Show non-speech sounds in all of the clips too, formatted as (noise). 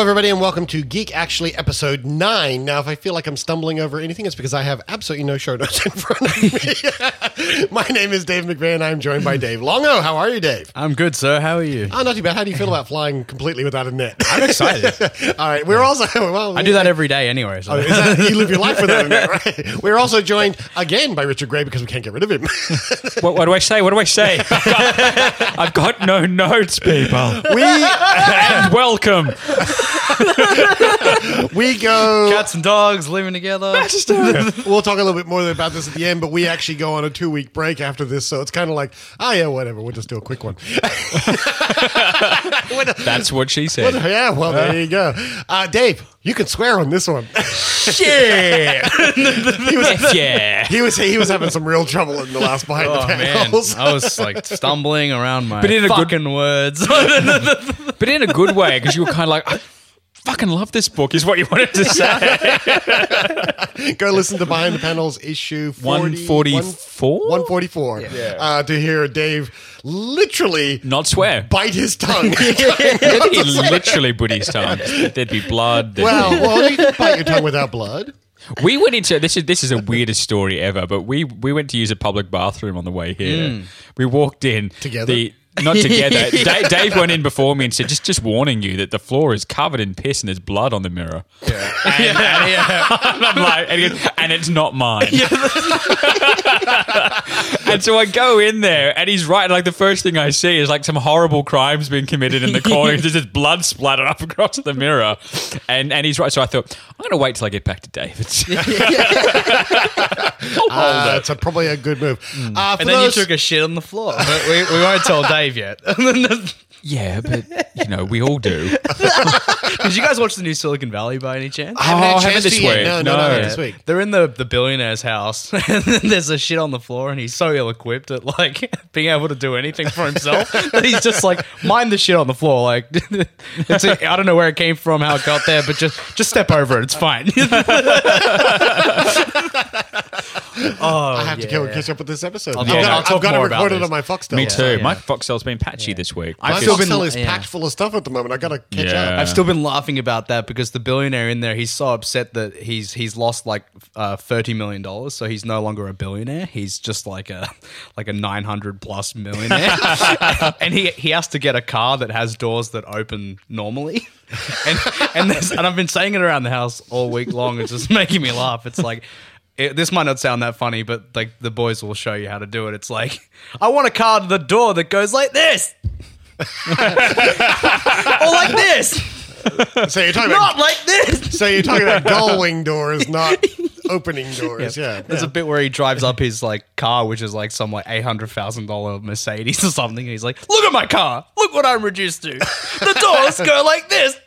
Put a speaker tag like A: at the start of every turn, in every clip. A: everybody, and welcome to Geek Actually Episode 9. Now, if I feel like I'm stumbling over anything, it's because I have absolutely no show notes in front of me. (laughs) My name is Dave McVeigh, and I'm joined by Dave Longo. How are you, Dave?
B: I'm good, sir. How are you?
A: Oh, not too bad. How do you feel about flying completely without a net?
B: I'm excited.
A: (laughs) All right, we're also. Well,
B: I do that every day anyway. So.
A: Is that- you live your life without a net, (laughs) right? We're also joined again by Richard Gray because we can't get rid of him. (laughs)
C: What, what do I say? What do
B: (laughs)
C: I say? I've got no notes, people.
A: we
C: And welcome.
A: we go. (laughs)
B: Cats and dogs living together.
A: We'll talk a little bit more about this at the end, but we actually go on a two week break after this, so it's kind of like, oh yeah, whatever. We'll just do a quick one.
C: That's what she said.
A: yeah, well (laughs) there you go. Uh, Dave, you can swear on this one.
C: (laughs) Yeah.
A: he was
C: yeah.
A: he was he was having some real trouble in the last behind
B: Oh
A: the
B: man,
A: panels.
B: I was like stumbling around my
C: But in a good-
B: fucking words. (laughs)
C: But in a good way, because you were kind of like, I fucking love this book, is what you wanted to say.
A: go listen to behind the panels issue 40,
C: 144?
A: 144 uh, to hear Dave literally
C: (laughs) Not swear.
A: bite his
B: (laughs)
A: tongue.
C: That'd be literally Buddhist times. There'd be blood. there'd
A: well, well, you can bite your tongue without blood.
C: We went into this is this is the weirdest story ever, but we we went to use a public bathroom on the way here. We walked in
A: Hmm. Together?
C: The,
A: (laughs)
C: not together. Dave, Dave went in before me and said, "Just just warning you that the floor is covered in piss and there's blood on the mirror." (laughs) And, and he- (laughs) and I'm like, and, he goes, "And it's not mine. and so I go in there, and he's right. Like the first thing I see is like some horrible crimes being committed
B: (laughs)
C: in the corner. There's just blood splattered up across the mirror, and and he's right. So I thought I'm gonna wait till I get back to
B: (laughs)
C: David's.
A: Uh, that's a, probably a good move. Uh, for
B: Hmm. and then
A: those-
B: you took a shit on the floor. But we, we won't tell Dave yet. (laughs) Did
C: Yeah, but you know we all do.
B: you guys watch the new Silicon Valley by any chance?
A: I haven't had
C: Oh,
A: a
C: haven't
A: chance
C: this
A: to yet.
C: week.
A: No, no,
C: No.
A: no, this week.
B: They're in the, the billionaire's house, (laughs) and then there's a shit on the floor, and he's so ill equipped at like (laughs) being able to do anything for himself that he's just like mind the shit on the floor. Like, (laughs) it's a, I don't know where it came from, how it got there, but just just step over it. It's fine. (laughs) oh,
A: I have to go and catch up with this episode. I've
B: talk-
A: got,
B: I'll
A: I've
B: talk
A: got to
B: more
A: record
B: about
A: it
B: this.
A: on my Foxtel.
C: Me too.
B: yeah.
C: My foxtel's been patchy this week.
A: My
B: I've still
C: Because-
A: (laughs)
B: been-
A: Foxtel is
B: yeah.
A: packed full of stuff at the moment. I got to catch
C: Yeah.
A: up.
B: I've still been laughing about that because the billionaire in there, he's so upset that he's he's lost like uh, thirty million dollars, so he's no longer a billionaire. He's just like a (laughs) like a nine hundred plus millionaire, (laughs) and he he has to get a car that has doors that open normally. (laughs) And and, there's, and I've been saying it around the house all week long. It's just (laughs) making me laugh. It's like. It, this might not sound that funny, but like the boys will show you how to do it. It's like, I want a car to the door that goes like this, (laughs) or like this,
A: So you're talking
B: not (laughs)
A: about
B: like this.
A: so you're talking
B: (laughs)
A: about gullwing doors, not opening doors. Yeah,
B: There's a bit where he drives up his like car, which is like some like eight hundred thousand dollar Mercedes or something, and he's like, "Look at my car! Look what I'm reduced to! The doors go like this."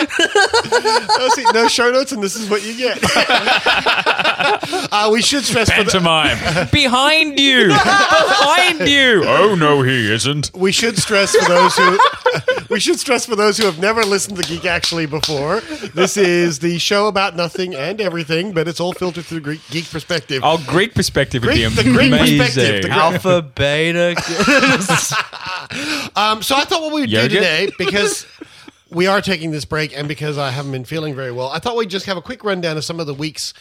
A: Oh, see, no show notes, and this is what you
B: (laughs)
A: get. uh, we should stress for the,
C: pantomime behind you, behind you. Oh no, he isn't.
A: we should stress for those who (laughs) we should stress for those who have never listened to Geek Actually before. This is the show about nothing and everything, but it's all filtered through Greek geek perspective.
C: Our Greek perspective would be
A: Greek- the Greek
C: amazing.
A: perspective, the Greek-
B: (laughs) Alpha, beta. (laughs)
A: Um, so I thought what we would
C: Yogurt?
A: do
C: (laughs)
A: today, because we are taking this break and because I haven't been feeling very well, I thought we'd just have a quick rundown of some of the week's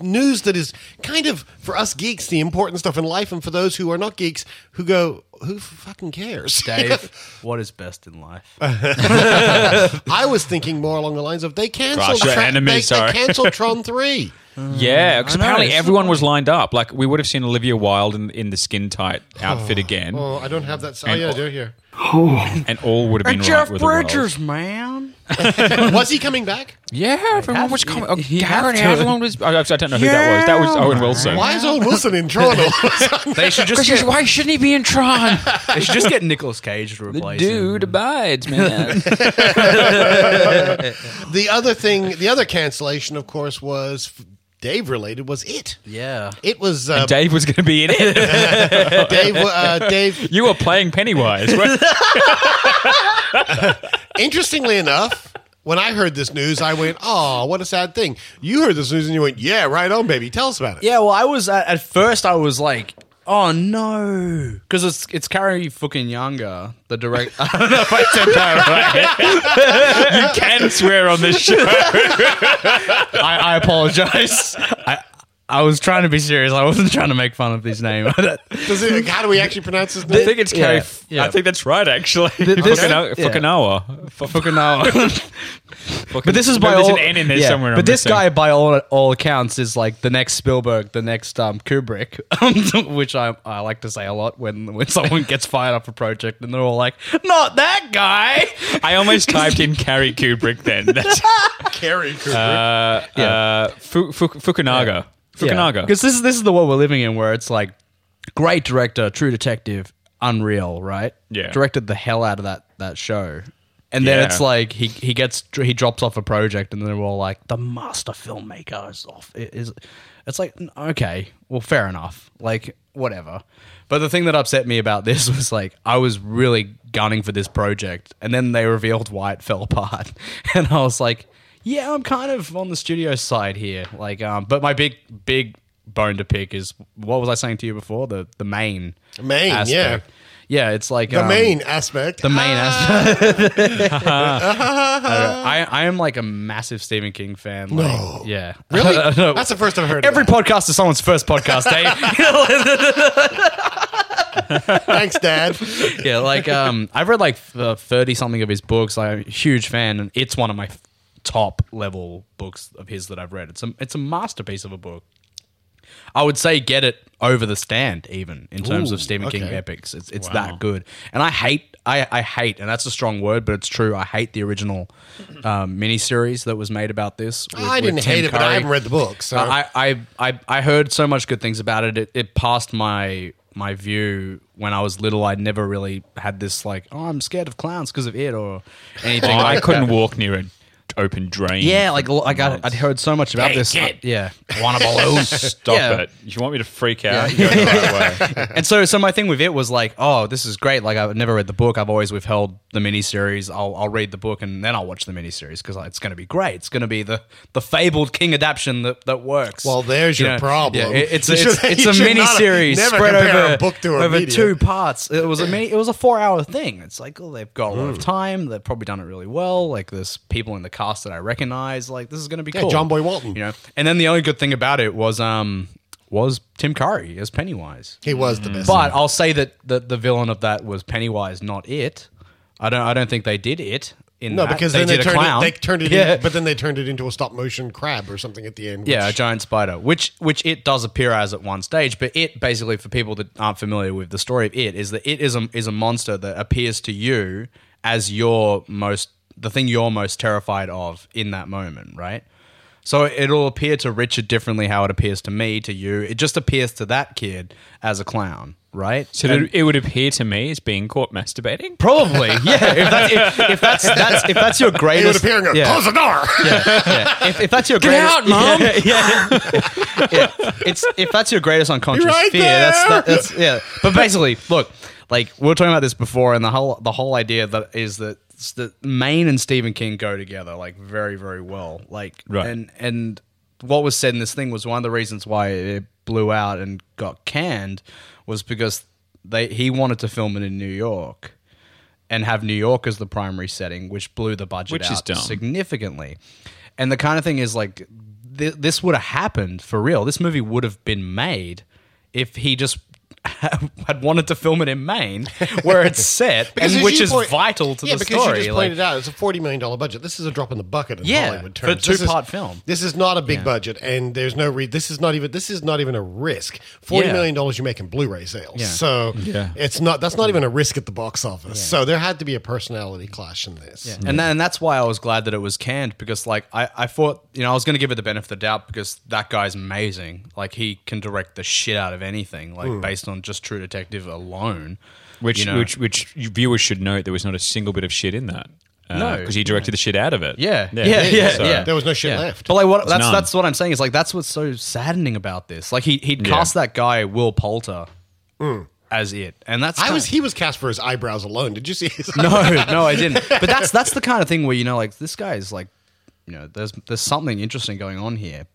A: news that is kind of, for us geeks, the important stuff in life. And for those who are not geeks, who go, who fucking cares?
B: Dave, what is best in life?
A: (laughs) I was thinking more along the lines of they canceled,
C: Crush your
A: Tron-
C: enemies,
A: they-
C: sorry.
A: they
C: (laughs)
A: canceled Tron 3.
C: Yeah, because
B: I know,
C: apparently
B: it's-
C: everyone was lined up. Like we would have seen Olivia Wilde in, in the skin tight outfit again,
A: Oh, I don't have that. Oh,
C: And-
A: yeah, I do here.
C: and all would have been right with the world.
B: man.
A: Was he coming back?
C: Yeah, everyone was coming. Oh,
B: you
C: Garrett
B: have to.
C: Hedlund (laughs) was. I, I don't know who that was. That was
B: Yeah.
C: Owen Wilson.
A: Why is Owen Wilson in
C: (laughs)
A: Tron? all of a sudden?
B: They should just get,
C: why shouldn't he be in (laughs) Tron?
B: they should just get Nicolas Cage to replace him.
C: abides, man.
A: the other thing, the other cancellation, of course, was Dave related. Was it?
B: Yeah.
A: It was uh,
C: Dave was going to be in it.
A: Dave.
B: (laughs)
A: Uh, Dave.
C: You were playing Pennywise.
A: Interestingly enough, when I heard this news, I went, "Oh, what a sad thing." You heard this news and you went, "Yeah, right on, baby. Tell us about it."
B: Yeah, well, I was at, at first I was like Oh no, because it's it's Cary fucking Younger, the (laughs) direct. I don't know if I said that right.
C: Can swear on this show.
B: I, I apologize. I I was trying to be serious. I wasn't trying to make fun of his name. (laughs)
A: Does it, how do we actually pronounce his
C: I
A: name?
C: think it's Carrie. F-
B: yeah.
C: I think that's right, actually.
B: this-
C: Fukunawa.
B: yeah.
C: Fukunawa. Fu-
B: Fucking no.
C: fucking-
B: But this is
C: No,
B: by
C: there's
B: all
C: an N in there
B: yeah,
C: somewhere.
B: But
C: I'm
B: this
C: missing.
B: guy, by all all accounts, is like the next Spielberg, the next um, Kubrick, (laughs) which I I like to say a lot when when someone gets fired off a project and they're all like, "Not that guy."
C: I almost typed in Carrie Kubrick. Then that's
A: Carrie Cooper.
C: uh, uh, Fu- Fu- Fukunaga. Fukunaga.
B: Because this is this is the world we're living in, where it's like, great director, True Detective, unreal, right?
C: Yeah.
B: directed the hell out of that that show. And then
C: Yeah.
B: it's like he he gets he drops off a project, and then we're all like, the master filmmaker is off. It is it's like n- okay, well, fair enough, like whatever. But the thing that upset me about (laughs) this was like I was really gunning for this project, and then they revealed why it (laughs) fell apart, and I was like, yeah, I'm kind of on the studio side here, like um. But my big big bone to pick is what was I saying to you before the the main
A: Main, yeah.
B: yeah, it's like
A: the main aspect.
B: Um,
A: Ah,
B: the main (laughs) aspect. (laughs) I, don't know. I, I am like a massive Stephen King fan. Like,
A: No.
B: yeah,
A: (laughs) Really?
B: I don't know.
A: That's the first I've heard. of
B: Every
A: that.
B: podcast is someone's first podcast, eh? Dave.
A: Thanks,
B: (laughs)
A: Dad.
B: yeah, like um, I've read like thirty something of his books. I'm a huge fan, and it's one of my f- top level books of his that I've read. It's a it's a masterpiece of a book. I would say get it over the stand, even in terms
A: Ooh,
B: of Stephen King
A: okay.
B: epics. It's it's that good, and I hate I, I hate, and that's a strong word, but it's true. I hate the original um, miniseries that was made about this. with-
A: I
B: with
A: didn't
B: Tim
A: hate it, but I
B: Curry. Uh,
A: haven't read the book. So
B: I, I, I, I heard so much good things about it. it. It passed my my view when I was little. I'd never really had this like, oh, I'm scared of clowns because of it or anything.
C: Oh,
B: like
C: I couldn't
B: that.
C: walk near an open drain.
B: Yeah, like l- like I, I'd heard so much about
A: Hey,
B: this.
A: kid.
B: yeah, want a (laughs) balloon?
C: Stop it. If you want me to freak out, you go the
B: (laughs)
C: right way.
B: and so so my thing with it was like, oh, this is great. Like I've never read the book. I've always withheld the miniseries. I'll I'll read the book and then I'll watch the miniseries because it's going to be great. It's going to be the the fabled King adaptation that, that works.
A: Well, there's your problem.
B: yeah, it- it's
A: (laughs)
B: a,
A: You
B: it's,
A: should-
B: it's
A: you
B: a
A: should not have-
B: miniseries
A: never
B: spread
A: compare
B: over
A: a book to a
B: over
A: media.
B: two parts. It was a mini, it was a four hour thing. It's like oh, they've got a lot of
A: Mm.
B: time. They've probably done it really well. Like there's people in the cast that I recognize. Like this is going to be
A: Yeah,
B: cool.
A: John Boy Walton.
B: You know, and then the only good thing about it was um was Tim Curry as Pennywise.
A: he was the best.
B: But I'll say that the, the villain of that was Pennywise, not it. I don't I don't think they did it in
A: no,
B: that.
A: because then they
B: did a
A: turned it.
B: clown.
A: They turned it.
B: (laughs) Yeah.
A: In, but then they turned it into a stop motion crab or something at the end.
B: yeah, a
A: which-
B: giant spider, which which it does appear as at one stage, but it basically for people that aren't familiar with the story of it is that it is a is a monster that appears to you as your most the thing you're most terrified of in that moment, right? So it'll appear to Richard differently how it appears to me, to you. It just appears to that kid as a clown, right?
C: So
B: And-
C: it, it would appear to me as being caught masturbating.
B: Probably, yeah. If that's if, if that's, that's if that's your
A: he would
B: greatest,
A: appear and go,
B: yeah,
A: "Close the door."
B: yeah. If, if that's your
C: Get
B: greatest,
C: out, Mom!
B: (laughs) Yeah, yeah. Yeah. It's if that's your greatest unconscious
A: You're right
B: fear. That's,
A: there!
B: that, that's yeah. But basically, look, like we were talking about this before, and the whole the whole idea that is that s- that Maine and Stephen King go together like very very well. Like
C: Right.
B: and and what was said in this thing was one of the reasons why it blew out and got canned was because they he wanted to film it in New York and have New York as the primary setting, which blew the budget
C: Which
B: out
C: is dumb.
B: significantly. And the kind of thing is like th- this would have happened for real. This movie would have been made if he just (laughs) had wanted to film it in Maine, where
A: (laughs)
B: it's set,
A: Because
B: (laughs) and
A: as
B: which
A: you
B: is
A: point-
B: vital to
A: yeah,
B: the
A: because
B: story.
A: you just
B: like-
A: pointed out it's a forty million dollar budget. This is a drop in the bucket in
B: Yeah,
A: Hollywood
B: for a
A: terms. This is-
B: two-part film.
A: This is not a big budget, and there's no re- this is not even this is not even a risk. Forty
B: Yeah.
A: million dollars you make in Blu-ray sales,
B: Yeah.
A: so
C: Yeah.
A: it's not that's not even a risk at the box office. So there had to be a personality clash in this.
B: Yeah. And, that, and that's why I was glad that it was canned because, like, I, I thought, you know, I was going to give it the benefit of the doubt because that guy's amazing. Like, he can direct the shit out of anything, like,
A: Hmm.
B: based on just True Detective alone.
C: Which,
B: you know.
C: which, which viewers should note there was not a single bit of shit in that. Uh,
B: No.
C: because he directed the shit out of it.
B: Yeah. Yeah. Yeah.
C: so-
B: yeah.
A: There was no shit left.
B: But like, what? That's
C: none.
B: that's what I'm saying. Is like that's what's so saddening about this. Like he he'd
C: Yeah.
B: cast that guy Will Poulter as it, and that's
A: Mm. I
B: kind
A: was
B: of-
A: he was cast for his eyebrows alone. Did you see? His
B: (laughs) no, no, I didn't. But that's that's the kind of thing where you know, like this guy is like, you know, there's there's something interesting going on here.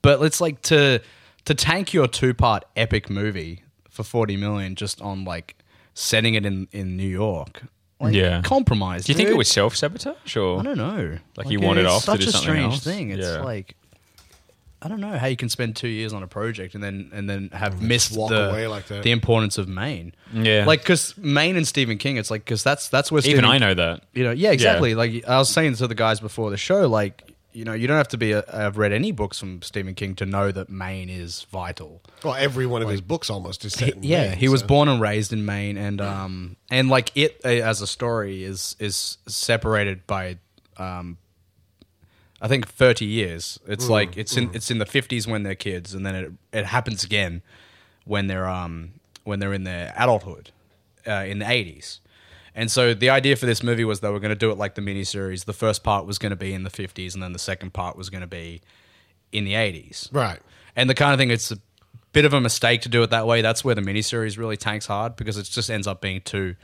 B: But it's like to to tank your two part epic movie for 40 million just on like setting it in, in New York. Like,
C: Yeah.
B: Compromise.
C: Do you think
B: dude.
C: it was self sabotage or?
B: I don't know.
C: Like, he wanted
B: it's
C: off to
B: such
C: do
B: a
C: something
B: strange
C: else.
B: thing. It's
C: Yeah.
B: like I don't know how you can spend two years on a project and then and then have missed
A: walk
B: the,
A: away like that.
B: the importance of Maine.
C: Yeah.
B: like because Maine and Stephen King, it's like because that's that's where
C: Even
B: Stephen-
C: I know that.
B: You know, yeah, exactly. Like I was saying to the guys before the show, like you know, you don't have to be. A, I've read any books from Stephen King to know that Maine is vital.
A: (laughs) Well, every one of his books almost is set in
B: Yeah,
A: Maine,
B: he was
A: so-
B: born and raised in Maine, and um, and like it uh, as a story is is separated by, um, I think thirty years. It's like it's in it's in the fifties when they're kids, and then it it happens again when they're um when they're in their adulthood, uh, in the eighties. And so the idea for this movie was they were going to do it like the miniseries. The first part was going to be in the fifties, and then the second part was going to be in the eighties
A: Right.
B: and the kind of thing it's a bit of a mistake to do it that way. That's where the miniseries really tanks hard because it just ends up being two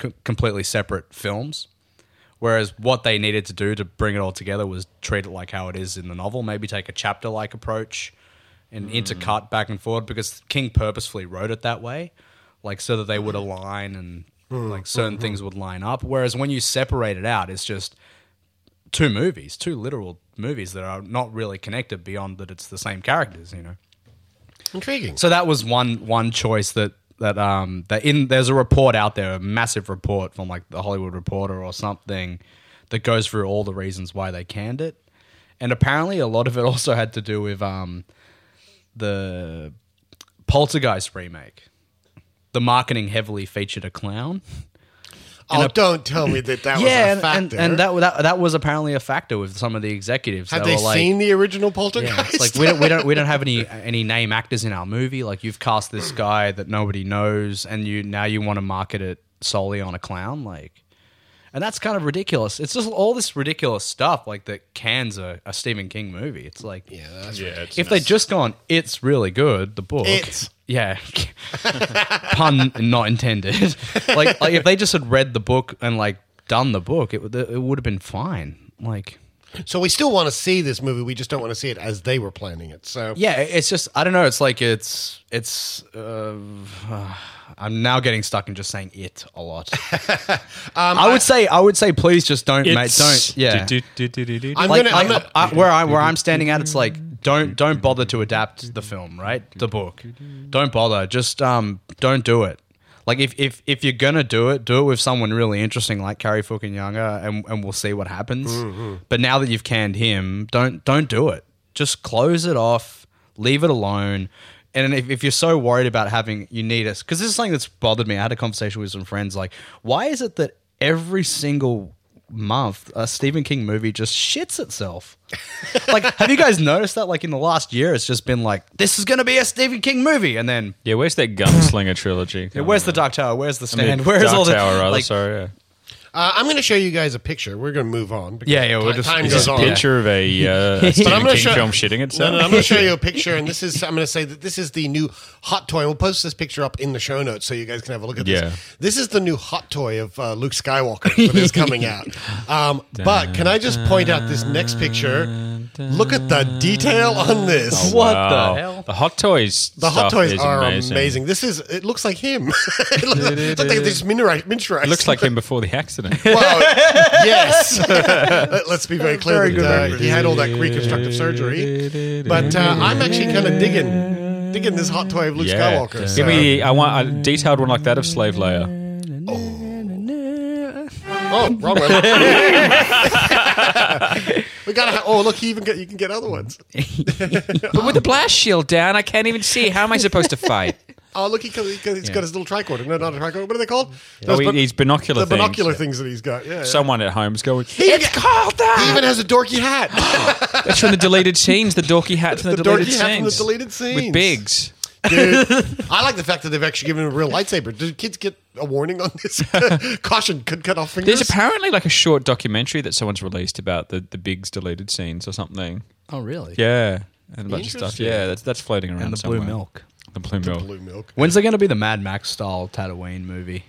B: c- completely separate films. Whereas what they needed to do to bring it all together was treat it like how it is in the novel, maybe take a chapter like approach and intercut back and forward because King purposefully wrote it that way, like so that they would align and like certain things would line up. Whereas when you separate it out, it's just two movies, two literal movies that are not really connected beyond that it's the same characters, you know.
A: Intriguing.
B: So that was one one choice that that um that in there's a report out there, a massive report from like the Hollywood Reporter or something that goes through all the reasons why they canned it. And apparently a lot of it (laughs) also had to do with um the Poltergeist remake. The marketing heavily featured a clown.
A: oh, don't tell me that that was a
B: Yeah, and,
A: factor.
B: and, and that, that that was apparently a factor with some of the executives.
A: Had
B: They
A: they
B: were like,
A: seen the original
B: Yeah,
A: Poltergeist? (laughs)
B: it's like we don't we don't we don't have any any name actors in our movie. Like you've cast this guy that nobody knows, and you now you want to market it solely on a clown, like, and that's kind of ridiculous. It's just all this ridiculous stuff, like that cans a, a Stephen King movie. It's like
A: yeah, that's
C: Yeah, it's
B: if they'd just gone, it's really good. The book,
A: It's.
B: yeah, pun not intended. like, like if they just had read the book and like done the book, it would it would have been fine. Like.
A: So we still want to see this movie. We just don't want to see it as they were planning it. So
B: yeah it- it's just i don't know it's like it's it's uh, i'm now getting stuck in just saying it a lot (laughs) Um, i would say i would say please just don't mate don't yeah
A: I'm
B: like,
A: gonna.
B: I-
A: I'm gonna
B: I- where I where I'm standing at, it's like don't don't bother to adapt the film, right? The book, don't bother. Just um, don't do it. Like if if if you're gonna do it, do it with someone really interesting like Carrie fucking Younger, and and we'll see what happens. But now that you've canned him, don't don't do it. Just close it off, leave it alone. And if, if you're so worried about having, you need us because this is something that's bothered me. I had a conversation with some friends. Like, why is it that every single month, a Stephen King movie just shits itself. like, have you guys noticed that? Like in the last year, it's just been like, this is going to be a Stephen King movie, and then
C: Yeah, where's that gunslinger trilogy?
B: yeah, where's the Dark Tower? Where's the stand? (laughs)
C: Dark
B: where's all the
C: Tower? Rather,
B: like,
C: sorry, yeah.
A: uh, I'm gonna show you guys a picture. We're gonna move on. because
B: Yeah, yeah, we'll
A: ti-
B: just-
A: time
B: it's
A: goes
B: just
C: Just a
A: on.
C: picture of a
B: (laughs)
C: uh, a
A: But I'm
C: Stephen
A: gonna
C: King
A: show-
C: film shitting
A: No,
C: itself.
A: no, I'm going to show you
C: (laughs)
A: a picture, and this is. I'm going to say that this is the new hot toy. We'll post this picture up in the show notes so you guys can have a look at this.
C: Yeah.
A: This is the new hot toy of uh, Luke Skywalker
C: (laughs)
A: that is coming out. Um, but can I just point out this next picture? Look at the detail on this.
B: What
C: Oh, Wow.
B: the hell?
C: The hot toys.
A: The hot
C: stuff
A: toys
C: is
A: are amazing.
C: amazing.
A: This is. It looks like him. (laughs) it looks like it's like they just minerized.
C: It looks like him before the accident. (laughs)
A: Wow. yes. (laughs) Let- Let's be very clear
B: Very
A: that
B: good
A: uh,
B: reference.
A: he had all that reconstructive surgery. But uh, I'm actually kind of digging digging this hot toy of Luke
C: yeah.
A: Skywalker.
C: Give
A: so-
C: me. I want a detailed one like that of Slave Leia.
A: Oh, wrong
C: (laughs)
A: one. we gotta. Ha- oh, look, he even get, you can get other ones.
C: But with the blast shield down, I can't even see. How am I supposed to (laughs) fight?
A: Oh, look, he, co- he, co- he's got his little tricorder. No, not a tricorder. What are they called?
C: Oh,
A: Those
C: he-
A: bin-
C: he's binocular.
A: the binocular things
C: things.
A: that he's got. Yeah. yeah.
C: Someone at home's going.
A: He even-
C: called
A: he
C: that.
A: even has a dorky hat.
C: (laughs) That's from the deleted scenes. The dorky hat from (gasps)
A: (laughs)
C: the,
A: The
C: deleted
A: dorky
C: scenes.
A: hat from the deleted scenes.
C: with Biggs. (laughs)
A: Dude, I like the fact that they've actually given him a real lightsaber. Did kids get a warning on this? (laughs) Caution could cut off fingers.
C: There's apparently like a short documentary that someone's released about the the Biggs deleted scenes or something.
B: Oh, really?
C: Yeah, and a bunch of stuff.
A: Interesting.
C: Yeah, that's that's floating around.
B: And the blue
C: somewhere.
B: milk.
C: The blue milk.
A: Blue milk.
C: (laughs)
B: When's there going to be the Mad Max style Tatooine movie?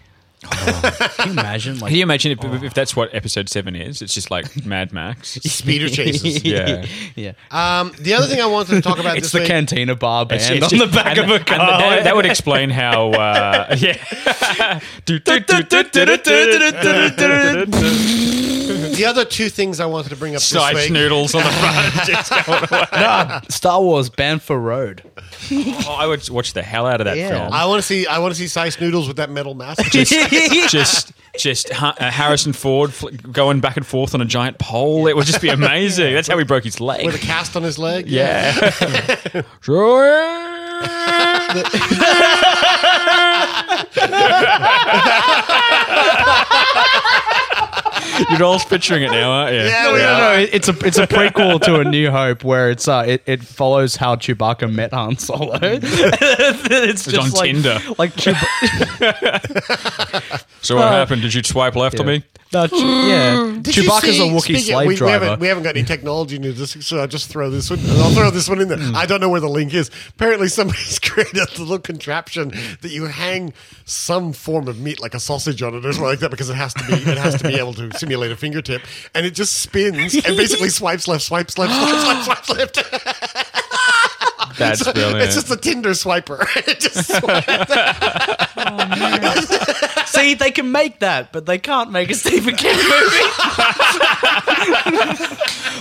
B: Can you imagine? Like,
C: Oh, Can you imagine if, if that's what episode seven is? It's just (laughs) like Mad Max.
A: Speeder
C: (laughs)
A: chases.
C: Yeah.
B: (laughs) yeah.
A: Um, the other thing I wanted to talk about
B: It's
A: this
B: the
A: week,
B: cantina bar band
C: It's- it's
B: on
C: just-
B: the back
C: and-
B: of a
C: and
B: car.
C: that, that would explain how. Uh, (laughs) yeah. (laughs) Do, do, do, do, do, do, do, do, do, do, do.
A: the other two things I wanted to bring up
C: Snipe
A: this week.
C: noodles (laughs) on the front. Just going away.
B: Star Wars Banfor Road.
C: Oh, I would watch the hell out of that
B: Yeah.
C: film.
A: I want to see. I want to see Sice Noodles with that metal mask.
B: (laughs)
A: Just-
C: (laughs)
A: (laughs)
C: just just Ha- uh, Harrison Ford fl- going back and forth on a giant pole. It would just be amazing. That's how he broke his leg.
A: with a cast on his leg.
C: yeah. Sure. (laughs) You're all picturing it now, aren't you?
A: Yeah,
B: No,
A: we
B: no,
A: are.
B: no, it- It's a it's a prequel to A New Hope where it's uh it, it follows how Chewbacca met Han Solo. (laughs) it's just
C: on
B: like,
C: Tinder.
B: Like (laughs) Chewbacca. Oh.
C: So what happened? Did you swipe left on me?
B: no, Chew- yeah.
A: Did you
B: Chewbacca's
A: see-
B: a Wookiee
A: speaking-
B: slave
A: we, We
B: driver.
A: haven't, we haven't got any technology news, this week, so I'll just throw this one. I'll throw this one in there.
B: Mm.
A: I don't know where the link is. Apparently, somebody's (laughs) created a little contraption that you hang some form of meat, like a sausage, on it or something like that, because it has to be it has to be able
B: (laughs)
A: to simulate a fingertip, and it just spins and basically swipes left, swipes left, swipes left, swipes left.
C: That's brilliant.
A: (laughs) It's just a Tinder swiper. (laughs) it just swipes.
B: see, they can make that, but they can't make a Stephen King movie.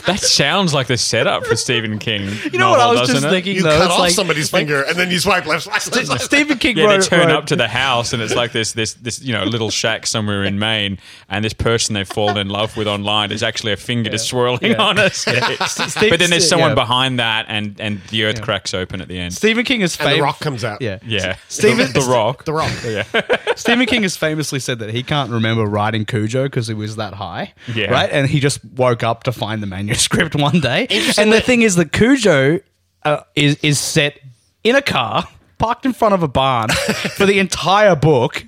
C: that sounds like the setup for Stephen King.
B: You know what I was just thinking
A: You
B: though?
A: cut
B: it's
A: off
B: like,
A: somebody's
B: like,
A: finger, and then you swipe left, swipe left. swipe left.
B: Stephen King
C: Yeah,
B: wrote,
C: they turn
B: wrote-
C: up to the house and it's like this this this you know little shack somewhere in Maine, and this person they've fallen in love with online is actually a finger just
B: (laughs)
C: swirling
B: Yeah.
C: on us.
B: Steve-
C: but then there's someone
B: yeah.
C: behind that, and and the earth cracks open at the end.
B: Stephen King is
A: And
B: famous.
A: the rock comes out.
B: Yeah.
C: yeah,
B: Stephen-
C: the, the Rock.
A: The
B: (laughs)
A: rock.
B: Stephen King has famously said that he can't remember writing Cujo because he was that high,
C: Yeah.
B: right? And he just woke up to find the manuscript (laughs) one day.
A: Interesting
B: And the
A: that-
B: thing is that Cujo uh, is is set in a car parked in front of a barn (laughs) for the entire book.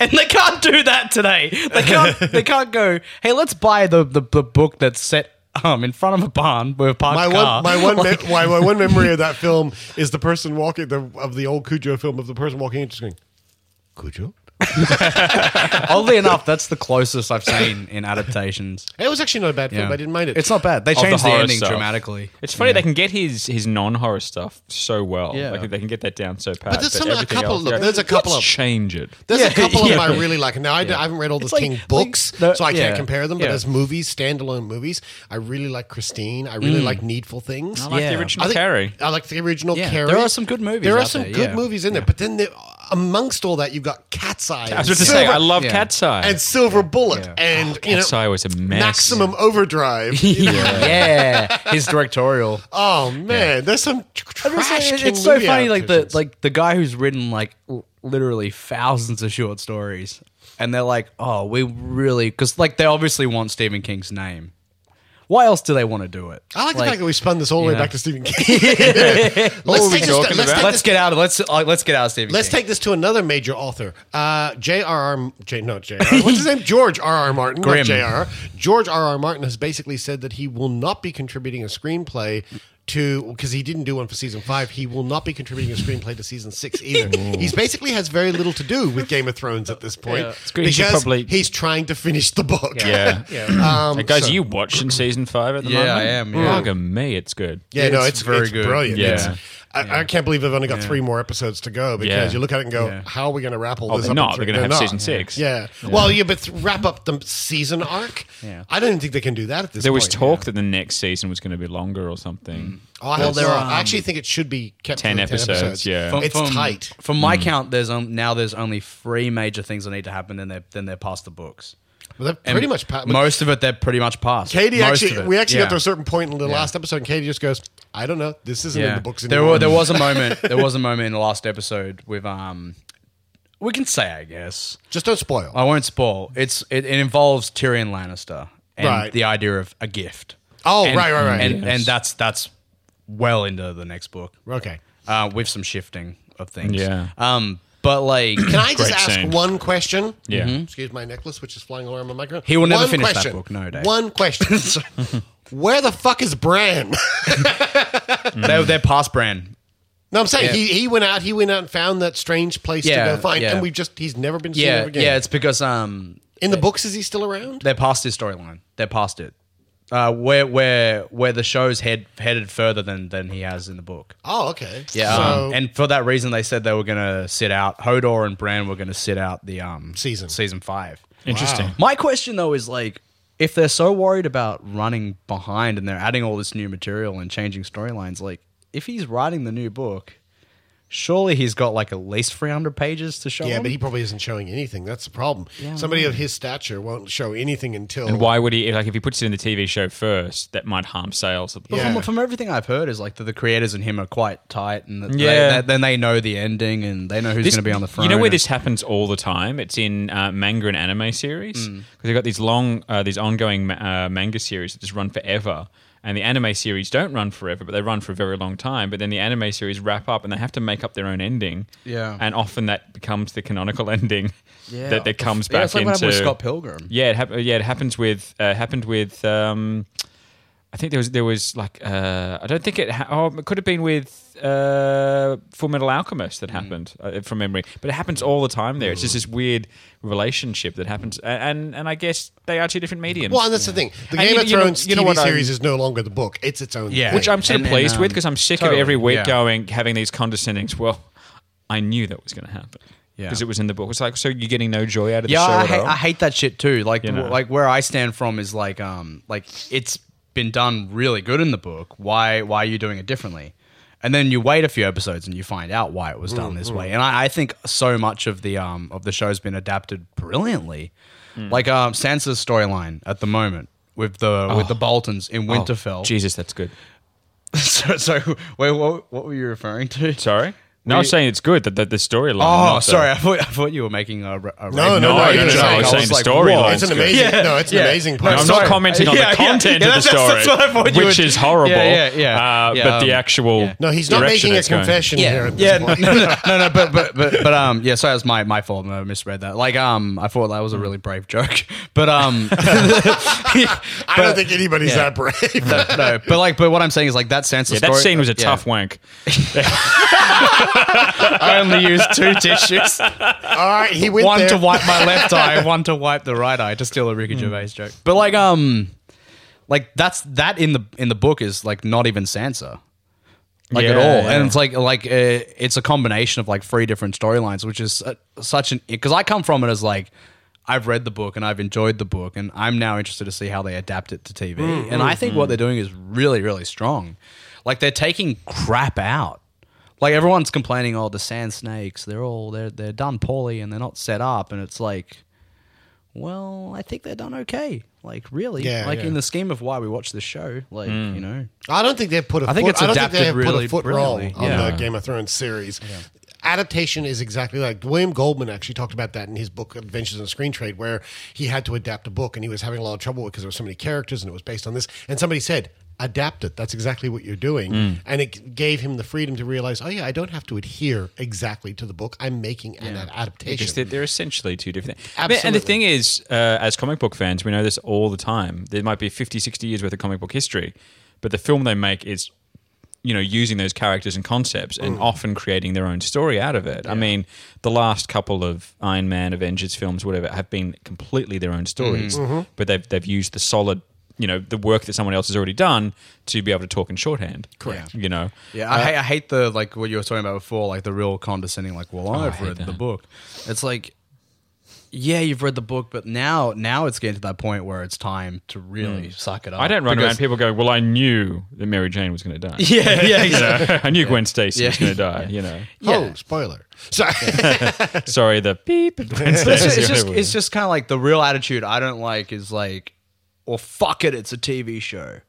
B: And they can't do that today. They can't. They can't go. Hey, let's buy the, the, the book that's set um in front of a barn with a parked
A: My
B: car.
A: one, my one,
B: Like-
A: me- my, my one memory of that film is the person walking the of the old Cujo film of the person walking in just going, Cujo.
B: (laughs) Oddly enough, that's the closest I've seen in adaptations.
A: It was actually not a bad film. I didn't mind it.
B: It's not bad. They
C: of
B: changed the,
C: horror
B: ending
C: stuff.
B: dramatically.
C: It's funny they can get his his non horror stuff so well.
B: Yeah.
C: Like they can get that down so pat.
A: there's some- a
C: everything
A: couple
C: else,
A: of-
C: yeah,
A: there's a couple
C: let's
A: of-
C: change it.
A: There's
B: (laughs) Yeah,
A: a couple of
B: yeah.
A: them I really like. Now I, d- I haven't read all the
B: It's like-
A: King
B: like
A: books,
B: the-
A: so I
B: yeah.
A: can't compare them. But
B: Yeah.
A: as movies, standalone movies, I really like Christine. I
B: Mm.
A: really like Needful Things.
C: I like
B: Yeah.
C: the
A: I
C: original
A: think-
C: Carrie.
A: I like the original
B: Yeah,
A: Carrie.
B: there are some good movies
A: There are
B: out
A: some
B: there,
A: good
B: yeah.
A: movies in there, but then there, amongst all that, you've got Cat's Eye.
C: I was
A: and
C: about to say
A: Silver-
C: I love
B: Yeah.
C: Cat's Eye.
A: and Silver Bullet and
B: Oh,
A: you
C: Cat's
A: know,
C: Eye was a mess.
A: Maximum Overdrive.
B: (laughs) yeah, his directorial.
A: Oh man, there's some tr- trash.
B: it's
A: King
B: so
A: movie
B: funny, like the
A: adaptations.
B: like the guy who's written like l- literally thousands of short stories, and they're like, oh, we really because like they obviously want Stephen King's name. Why else do they want to do it?
A: I like, the fact that we spun this all the way
B: yeah.
A: back to Stephen
B: (laughs)
A: King. (laughs) let's, take this, let's, take
C: talking about?
B: Let's
A: this,
B: get out of let's uh, let's get out of Stephen.
A: let's
B: King.
A: take this to another major author, uh, J.R.R. M- J. No, J.R. What's his
C: (laughs)
A: name? George R.R. Martin.
B: Grimm.
A: Not J.R. George R.R. Martin has basically said that he will not be contributing a screenplay to because he didn't do one for season five. He will not be contributing a screenplay to season six
C: (laughs)
A: either. he's basically has very little to do with Game of Thrones at this point
C: good. He should
A: because
C: probably-
A: he's trying to finish the book. (laughs)
C: Yeah.
A: Um,
C: Hey, guys,
A: so-
C: are you watching season five at the
B: Yeah,
C: moment?
B: I am, yeah.
C: Look at me, it's good.
A: Yeah, no,
B: It's
A: it's
B: very
A: very
B: good.
A: brilliant.
C: Yeah.
A: It's- I, I can't believe they've only got three more episodes to go because
C: Yeah.
A: you look at it and go,
B: Yeah.
A: "How are we going to wrap all
C: Oh,
A: this up?"
C: they're
A: in
C: not.
A: three-
C: They're going to have
A: not.
C: season six.
A: Yeah. Well, yeah, but th- wrap up the season arc.
B: Yeah.
A: I don't even think they can do that at this.
C: There was
A: point.
C: talk that the next season was going to be longer or something.
A: Oh, I,
B: Well,
A: well,
B: there are,
A: I actually think it should be kept to
C: 10
A: the
C: episodes, yeah. From-
A: it's tight.
B: From my count, there's um, now there's only three major things that need to happen, and they're then they're past the books.
A: Well, they're
B: And
A: pretty much pa-
B: most of it. They're pretty much past.
A: Katie
B: Most of
A: actually,
B: it.
A: we actually
B: Yeah.
A: got to a certain point in the last episode, and Katie just goes, "I don't know. This isn't in the books
B: There,
A: anymore."
B: wa- there was
A: (laughs)
B: a moment. There was a moment in the last episode with um, we can say I guess
A: just don't spoil.
C: Oh,
B: I won't spoil. It's it, it involves Tyrion Lannister and
A: Right.
B: the idea of a gift.
A: Oh,
B: And-
A: right, right, right.
B: and,
C: Yes.
B: and that's that's well into the next book
A: okay.
B: uh, with some shifting of things.
C: Yeah.
B: Um, but
A: (coughs)
B: like
A: Can I just
C: Great
A: ask
C: scene.
A: one question?
C: Yeah. Mhm.
A: Excuse my necklace, which is flying all around my microphone.
B: He will never
A: One
B: finish that
A: question.
B: book, no, Dave.
A: One (laughs) question. Where the fuck is Bran? (laughs)
B: they're, they're past Bran.
A: No, I'm saying
B: Yeah.
A: he, he went out. He went out and found that strange place
B: Yeah,
A: to go find,
B: yeah.
A: and we just he's never been seen
B: Yeah,
A: ever again.
B: yeah. It's because um,
A: in the books, is he still around?
B: they're past this storyline. They're past it. Uh, where where where the show's head headed further than than he has in the book.
A: Oh, okay.
B: Yeah,
A: So,
B: um, and for that reason, they said they were going to sit out. Hodor and Bran were going to sit out the um
A: Season.
B: season five.
C: Interesting. Wow.
B: My question though is like, if they're so worried about running behind and they're adding all this new material and changing storylines, like if he's writing the new book, surely he's got like at least three hundred pages to show.
A: yeah,
B: him.
A: but he probably isn't showing anything. That's the problem. Somebody of his stature won't show anything until.
C: And why would he? Like, if he puts it in the TV show first, that might harm sales. Of the
A: Yeah.
B: From, from everything I've heard, is like that the creators and him are quite tight, and that
C: Yeah.
B: they, that- then they know the ending and they know who's going
C: This-
B: to be on the front.
C: You know where this happens all the time? It's in uh, manga and anime series
B: Hmm.
C: because they've got these long, uh, these ongoing ma- uh, manga series that just run forever. And the anime series don't run forever, but they run for a very long time. But then the anime series wrap up, and they have to make up their own ending.
B: Yeah.
C: and often that becomes the canonical (laughs) ending
B: Yeah.
C: that, that comes
B: Yeah,
C: back
B: it's like what happened
C: into
B: with Scott Pilgrim.
C: Yeah, it hap- yeah, it happens with uh, happened with. Um, I think there was there was like uh, I don't think it. Ha- oh, it could have been with uh, Full Metal Alchemist
B: Mm.
C: that happened uh, from memory, but it happens all the time there. It's just this weird relationship that happens, A- and and I guess they are two different mediums.
A: Well, and that's the thing. The
C: And
A: Game
C: you-
A: of
C: you know-
A: Thrones
C: you know
A: TV
C: what I'm-
A: series is no longer the book; it's its own.
B: Yeah.
A: thing.
C: which I'm sort
B: And-
C: of pleased
B: and,
C: with
B: um,
C: because I'm sick
B: totally,
C: of every week
B: yeah.
C: going having these condescendings. Well, I knew that was going to happen
B: Yeah.
C: because it was in the book. It's like so you're getting no joy out of the
B: yeah,
C: show
B: I
C: at
B: hate,
C: all.
B: I hate that shit too. Like,
C: know.
B: like where I stand from is like, um, like it's been done really good in the book. Why, why are you doing it differently? And then you wait a few episodes and you find out why it was
C: Mm,
B: done this way. And I, I think so much of the um of the show's been adapted brilliantly. Like um, Sansa's storyline at the moment with the with the Boltons in
C: Oh,
B: Winterfell.
C: Jesus, that's good.
B: (laughs) so, so wait, what, what were you referring to?
C: Sorry. No, I was saying it's good that, that the
B: Oh,
C: storyline. not the-
B: sorry. I thought, I thought you were making a. a
A: No, no, no,
C: No,
A: you're
C: no, no,
A: saying-
C: I was saying the storyline.
A: It's an
C: Sounds
A: amazing. No, it's an amazing
C: No,
A: place.
C: I'm
B: sorry.
C: not commenting on
B: (laughs) Yeah,
C: the
B: yeah,
C: content
B: yeah,
C: of
B: that's-
C: the
B: that's-
C: story,
B: that's what I thought you
C: which
B: would-
C: is horrible.
B: Yeah, yeah, yeah.
C: uh,
B: Yeah,
C: but the
B: um,
C: actual
A: No, he's not
C: direction
A: making a
C: it's going.
A: confession here. At this
B: yeah,
A: point.
B: no, no, no, no, but but but but um, yeah. So that's my my fault. I misread that. Like um, I thought that was a really brave joke, (laughs) but um,
A: (laughs) I don't think anybody's that brave.
B: no, no, but like, but what I'm saying is like that sense
C: Yeah,
B: of
C: that
B: story,
C: scene was a
B: yeah.
C: tough wank.
B: I only used
A: (laughs)
B: two
A: (laughs)
B: tissues,
A: All right, he went
B: one
A: there. Hmm.
B: to wipe my left eye, one to wipe the right eye, to steal a Ricky Gervais joke. But like um, like that's that in the in the book is like not even Sansa. like at
C: Yeah,
B: all.
C: yeah.
B: And it's like like uh, it's a combination of like three different storylines, which is uh, such an because I come from it as like I've read the book and I've enjoyed the book, and I'm now interested to see how they adapt it to TV.
A: Mm,
B: and I think what they're doing is really really strong. Like they're taking crap out. Like everyone's complaining, oh the sand snakes, they're all they're they're done poorly and they're not set up, and it's like. Well, I think they're done okay. Like really,
A: Yeah,
B: like
A: yeah. Mm.
B: in the scheme of why we watch the show, like you know,
A: I don't think they've put a
B: I think
A: foot,
B: it's
A: I don't think they
B: adapted
A: have put
B: really
A: a foot
B: brilliantly.
A: wrong on
B: Yeah.
A: the Game of Thrones series. Adaptation is exactly like William Goldman actually talked about that in his book Adventures in Screen Trade, where he had to adapt a book and he was having a lot of trouble because there were so many characters and it was based on this. And somebody said, "Adapt it. That's exactly what you're doing."
B: Mm.
A: And it gave him the freedom to realize, "Oh yeah, I don't have to adhere exactly to the book. I'm making an adaptation."
C: Because they're, they're essentially two different things.
A: Absolutely.
C: And the thing is, uh, as comic book fans, we know this all the time. There might be 50, 60 years worth of comic book history, but the film they make is, you know, using those characters and concepts and
B: Mm.
C: often creating their own story out of it. I mean, the last couple of Iron Man, Avengers films, whatever, have been completely their own stories,
B: Mm. Mm-hmm.
C: but they've, they've used the solid. You know the work that someone else has already done to be able to talk in shorthand.
B: Correct.
C: You know.
B: Yeah, I, hate, I hate the like what you were talking about before, like the real condescending, like, well, I've
C: Oh, hate
B: read the
C: that.
B: book. It's like, yeah, you've read the book, but now now it's getting to that point where it's time to really suck it up.
C: Hmm. I don't run around
B: Because-
C: people going, "Well, I knew that Mary Jane was going to
B: (laughs)
C: die." (laughs)
B: Yeah, yeah,
C: You
B: exactly.
C: know, I knew Gwen Stacy was
B: Yeah.
C: going to die. You know,
A: Oh, spoiler! Sorry.
C: sorry, the
B: (laughs)
C: beep. of Gwen (laughs)
B: it's,
C: Stacy.
B: just, it's just it's just kind of like the real attitude I don't like is like, well, fuck it, it's a TV show,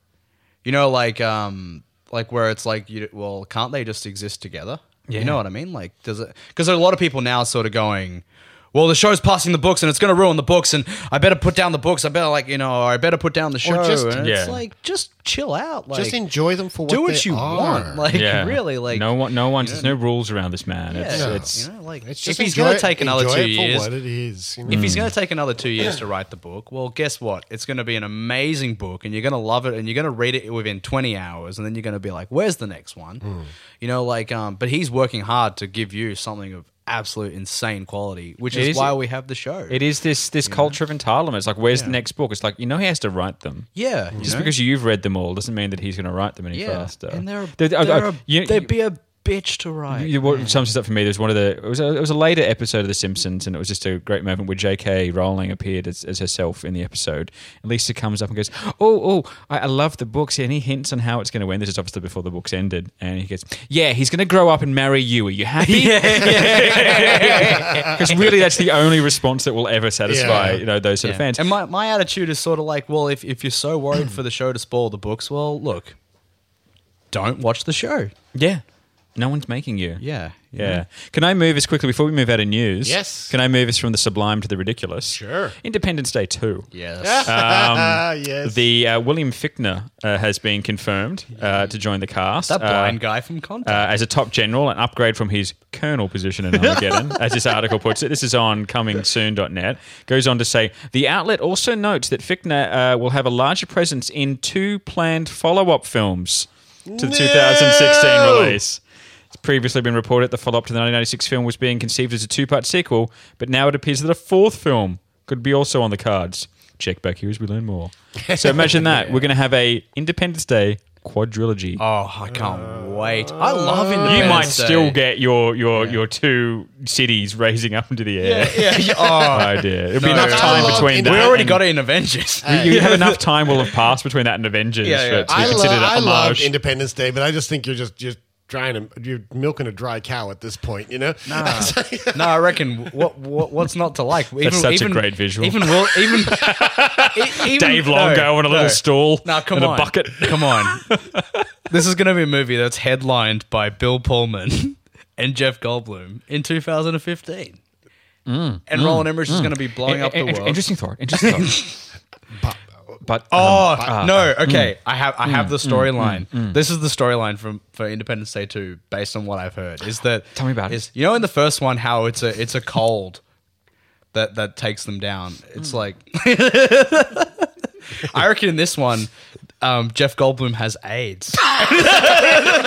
B: you know, like um, like where it's like, you, well, can't they just exist together? You know what I mean? Like, does it? Because a lot of people now sort of going, well, the show's passing the books and it's going to ruin the books, and I better put down the books. I better like you know, I better put down the show.
A: just-
B: and it's
C: Yeah.
B: like just chill out, like
A: Just enjoy them for what
B: do what
A: they
B: you
A: are.
B: want, like
C: Yeah.
B: really, like
C: no one, no one. There's no rules around this man. It's,
B: Yeah.
C: it's
B: you know, like
A: It's just
B: if he's
A: enjoy
B: going
A: it-
B: to take another
A: enjoy
B: two
A: it for
B: years,
A: what it is. you know?
B: if he's going to take another two years to write the book, well, guess what? It's going to be an amazing book, and you're going to love it, and you're going to read it within 20 hours, and then you're going to be like, "Where's the next one?" You know, like, um, but he's working hard to give you something of absolute insane quality, which
C: It
B: is,
C: is-
B: why we have the show.
C: it is this this culture of entitlement. It's like, where's the next book? It's like you know he has to write them.
B: yeah, you
C: Just
B: know?
C: because you've read them all doesn't mean that he's going to write them any
B: yeah,
C: faster.
B: and they're,
C: There-
B: they're,
C: I- I-
B: a-
C: you-
B: they'd be a bitch to write.
C: You, what sums it up for me? There's one of the it was a, it was a later episode of The Simpsons, and it was just a great moment where J.K. Rowling appeared as, as herself in the episode. And Lisa comes up and goes, "Oh, oh, I, I love the books." And he hints on how it's going to end. This is obviously before the books ended, and he goes, "Yeah, he's going to grow up and marry you. Are
B: (laughs)
C: you happy?" (laughs) Because really, that's the only response that will ever satisfy
A: Yeah.
C: you know those sort
B: Yeah.
C: of fans.
B: And my, my attitude is sort of like, well, if, if you're so worried for the show to spoil the books, well, look, don't watch the show.
C: yeah, no one's making you.
B: Yeah.
C: (laughs)
B: you
C: Yeah. Can I move us quickly before we move out of news?
A: Yes.
C: Can I move us from the sublime to the ridiculous?
A: Sure.
C: Independence Day 2.
B: Yes.
A: Ah, yes.
C: The uh, William Fickner uh, has been confirmed uh, to join the cast.
B: that blind
C: uh,
B: guy from Contact.
C: Uh, as a top general, an upgrade from his colonel position in Armageddon, as this article puts it. This is on comingsoon.net. Goes on to say the outlet also notes that Fickner uh, will have a larger presence in two planned follow up films to the 2016
A: No!
C: release. It's previously been reported the follow up to the 1996 film was being conceived as a two part sequel, but now it appears that a fourth film could be also on the cards. Check back here as we learn more. So imagine that. We're going to have a Independence Day quadrilogy.
B: oh, I can't wait. I love Independence
C: You might
B: Day. (laughs)
C: still get your your your two cities raising up into the air.
B: Yeah,
C: (laughs)
B: yeah. Oh,
C: Oh dear. It'll be
B: No.
C: enough time
A: I love
C: between
A: Independence-
C: that.
B: we already
C: and-
B: got it in Avengers.
C: You, you have enough time will have passed between that and Avengers
B: Yeah, yeah.
C: for it to be
A: I, lo-
C: considered
A: I
C: a
A: loved
C: homage.
A: Independence Day, but I just think you're just just trying to you're milking a dry cow at this point. You know, (laughs)
B: (laughs) (laughs) no, I reckon what, what what's not to like. Even,
C: such a
B: even-
C: great visual.
B: Even Will,
C: (laughs)
B: even, e- even
C: Dave
B: no,
C: Longo in a little
B: no.
C: stool
B: Nah, come
C: and
B: on.
C: a bucket.
B: Come
C: (laughs)
B: on. this is going to be a movie that's headlined by Bill Pullman (laughs) and Jeff Goldblum in 2015.
C: Mm,
B: And Roland Emmerich is going to be blowing up the
C: In- in-
B: world.
C: Interesting thought. Interesting
B: (laughs)
C: thought. but
B: Oh
C: oh,
B: no! Okay, I have I
C: mm,
B: have the storyline. This is the storyline from for Independence Day two, based on what I've heard. Is that
C: Tell me about it.
B: is, You know, in the first one, how it's a it's a cold that that takes them down. It's
C: Mm.
B: like (laughs) I reckon in this one, um, Jeff Goldblum has AIDS.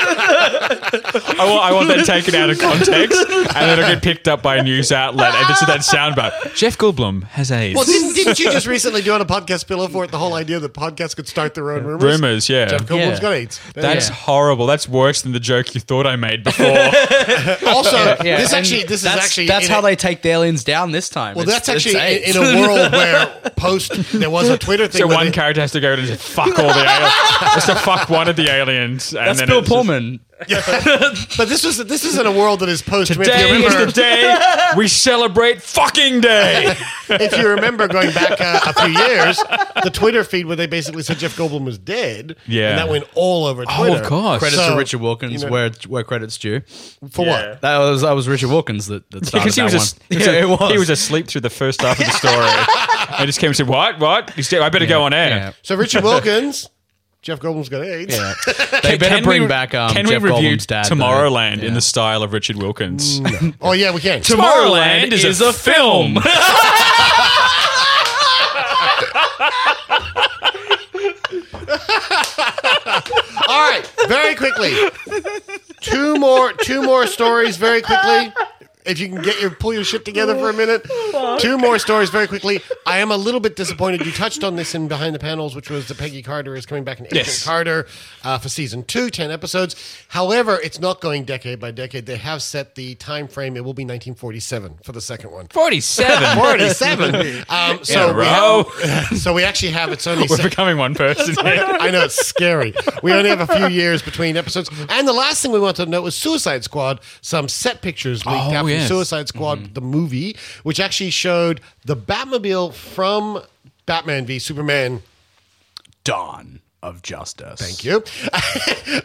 C: I, want, I want that taken out of context, and then it'll get picked up by a news outlet. And this is that soundbite. Jeff Goldblum has AIDS.
A: well, didn't, didn't you just recently do on a podcast pillow for it the whole idea that podcasts could start their own rumors?
C: Rumors, yeah.
A: Jeff Goldblum's
B: Yeah.
A: got
B: (laughs)
A: AIDS.
C: That's
B: Yeah.
C: horrible. That's worse than the joke you thought I made before.
A: also this
B: and
A: actually this is
B: that's-
A: actually
B: that's
A: in
B: how
A: a-
B: they take the aliens down this time.
A: Well,
B: It's-
A: that's
B: it's
A: actually in,
B: AIDS. (laughs)
A: in a world where post there was a Twitter thing.
C: so
A: where
C: one
A: they-
C: character has to go and just fuck all the aliens. Just to fuck one of the aliens. And
B: that's
C: then
B: Bill
C: it's just-
B: Pullman.
A: but this was this is in a world that is post. I mean, if you
C: Today is
A: remember-
C: the day (laughs) we celebrate fucking day.
B: (laughs)
A: if you remember going back uh, a few years, the Twitter feed where they basically said Jeff Goldblum was dead.
C: Yeah.
A: And that went all over Twitter.
B: Credits
A: So,
B: to Richard Wilkins,
A: Oh, you know-
B: where where credits due.
A: For
C: Yeah.
A: what?
B: That was that was Richard Wilkins that, that started
C: (laughs) Because he
B: that
C: was,
B: one.
C: as- he
B: (laughs)
C: was
B: yeah,
C: a-
B: it was.
C: he was asleep through the first half of the story.
B: (laughs)
C: I just came and said, "What? What? He's dead. I better go on air."
B: Yeah.
A: So Richard Wilkins, Jeff Goldblum's got AIDS.
B: (laughs) They better
C: Can
B: bring
C: we-
B: back um,
C: Can
B: Jeff
C: we review
B: Goldblum's dad. though.
C: Tomorrowland
B: Yeah.
C: in the style of Richard (laughs) Wilkins?
A: Oh yeah, we can.
C: Tomorrowland is, a film.
A: All right, very quickly. Two more, two more stories, very quickly. If you can get your pull your shit together for a minute, two more stories very quickly. I am a little bit disappointed. You touched on this in behind the panels, which was that Peggy Carter is coming back in Agent
C: Yes.
A: Carter uh, for season two, ten episodes. However, it's not going decade by decade. They have set the time frame. It will be 1947 for the second one. (laughs)
C: Forty-seven. (laughs)
A: 47. Um, so, we
C: row.
A: so we actually have it's only
C: (laughs)
B: (laughs)
C: We're
A: se-
C: becoming one person. here.
A: I know it's scary. We only have a few years between episodes. And the last thing we wanted to note was Suicide Squad. Some set pictures leaked
C: Oh,
A: out from
C: yes. Mm-hmm.
A: Suicide Squad, the movie, which actually showed the Batmobile from Batman v Superman
B: Dawn. of Justice.
A: Thank you.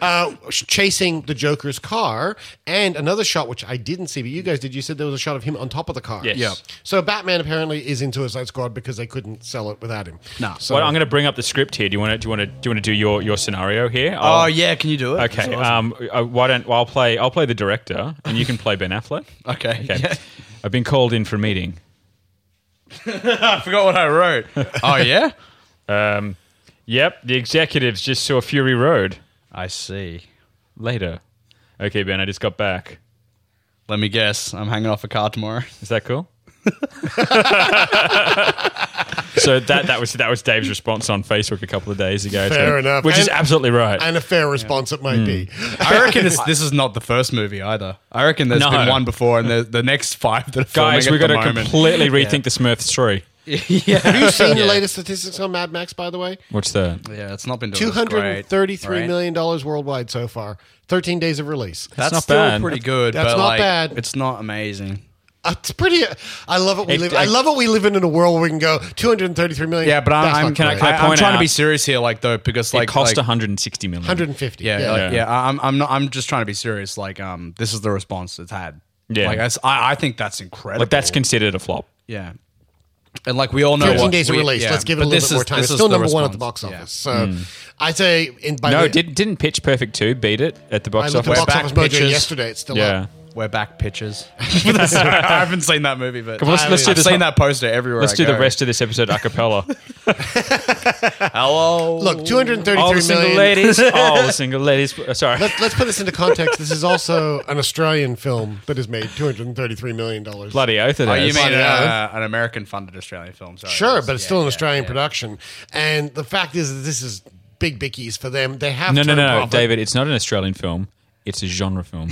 A: (laughs) uh, chasing the Joker's car, and another shot which I didn't see, but you guys did. You said there was a shot of him on top of the car.
C: Yes. Yeah.
A: So Batman apparently is in Suicide Squad because they couldn't sell it without him.
B: No.
A: So
C: well, I'm going to bring up the script here. Do you want to? Do you want to? Do you want to do your your scenario here?
B: Oh
C: I'll-
B: yeah, can you do it?
C: Okay.
B: That's awesome.
C: Um. uh, Why don't? Well, I'll play. I'll play the director, and you can play Ben Affleck.
B: okay.
C: Okay.
B: (laughs) Yeah.
C: I've been called in for a meeting.
B: I forgot what I wrote. (laughs) oh yeah.
C: Um. Yep. The executives just saw Fury Road
B: I see.
C: later. Okay, Ben. I just got back.
B: Let me guess. I'm hanging off a car tomorrow.
C: Is that cool? so that that was that was Dave's response on Facebook a couple of days ago.
A: Fair
C: so-
A: enough.
C: Which is
A: And-
C: absolutely right.
A: and a fair response it
C: Mm.
A: might be.
B: (laughs) I reckon it's, this is not the first movie either. I reckon there's
C: No.
B: been one before, and the, the next five that are
C: Guys,
B: filming
C: we've
B: at
C: got
B: the
C: to
B: moment.
C: completely rethink the Smurfs three.
A: Have you seen the
B: Yeah.
A: latest statistics on Mad Max? By the way,
C: What's that?
B: yeah, it's not been doing
A: two
B: as
A: hundred
B: great,
A: and thirty-three
B: right?
A: million dollars worldwide so far. Thirteen days of release.
B: That's
C: not
B: still
C: bad.
B: pretty good.
A: That's
B: but
A: not
B: like,
A: bad.
B: It's not amazing.
A: Uh, It's pretty. I love it. We
C: It-
A: live. I love it. We live in in a world where we can go two hundred thirty-three million.
B: Yeah, but I'm,
A: That's
B: I'm,
A: not
B: can I,
A: great.
C: can I
B: I, am
C: point
B: trying
C: out-
B: to be serious here, like though, because like
C: it
B: like,
C: cost 160 million.
A: 150.
B: Yeah, yeah. Like,
C: Yeah.
B: yeah. I- I'm, I'm not. I'm just trying to be serious. Like, um, this is the response it's had.
C: Yeah.
B: like that's, I, I think that's incredible.
C: Like that's considered a flop.
B: yeah, and like we all know,
A: 13
B: what-
A: days of
B: we-
A: release.
B: yeah,
A: Let's give it
B: but
A: a little
B: this
A: bit more
B: is-
A: time.
B: this
A: It's
B: is
A: still
B: the
A: number one at the
B: response.
A: box
B: Yeah. Hmm.
A: office. So I say, in, by
C: No,
A: the,
C: did, didn't Pitch Perfect 2 beat it at the
A: I
C: box
A: looked at
C: office?
B: We're
A: box
B: back
A: office mojo
B: pictures.
A: yesterday. It's still
C: Yeah.
A: up.
B: We're back
C: (laughs)
B: pitches. (laughs) I haven't seen that movie, but
C: Come on, let's- let's do
B: I've
C: this
B: seen
C: one-
B: that poster everywhere.
C: Let's
B: I
C: do the
B: go.
C: rest of this episode a cappella.
B: Hello.
A: Look, 233
C: All the
A: million.
C: single ladies. All the single ladies. Uh, Sorry.
A: Let's, let's put this into context. This is also an Australian film that has made 233 million dollars.
C: Bloody oath it
B: Oh, you
C: is.
B: mean
A: Yeah.
B: uh, an American-funded Australian film? Sorry.
A: Sure,
B: Yes,
A: but it's
B: yeah,
A: still an
B: yeah,
A: Australian
B: yeah.
A: production. And the fact is that this is big bickies for them. They have
C: No, no,
A: turned
C: no, no.
A: profit.
C: David, it's not an Australian film. It's a genre film.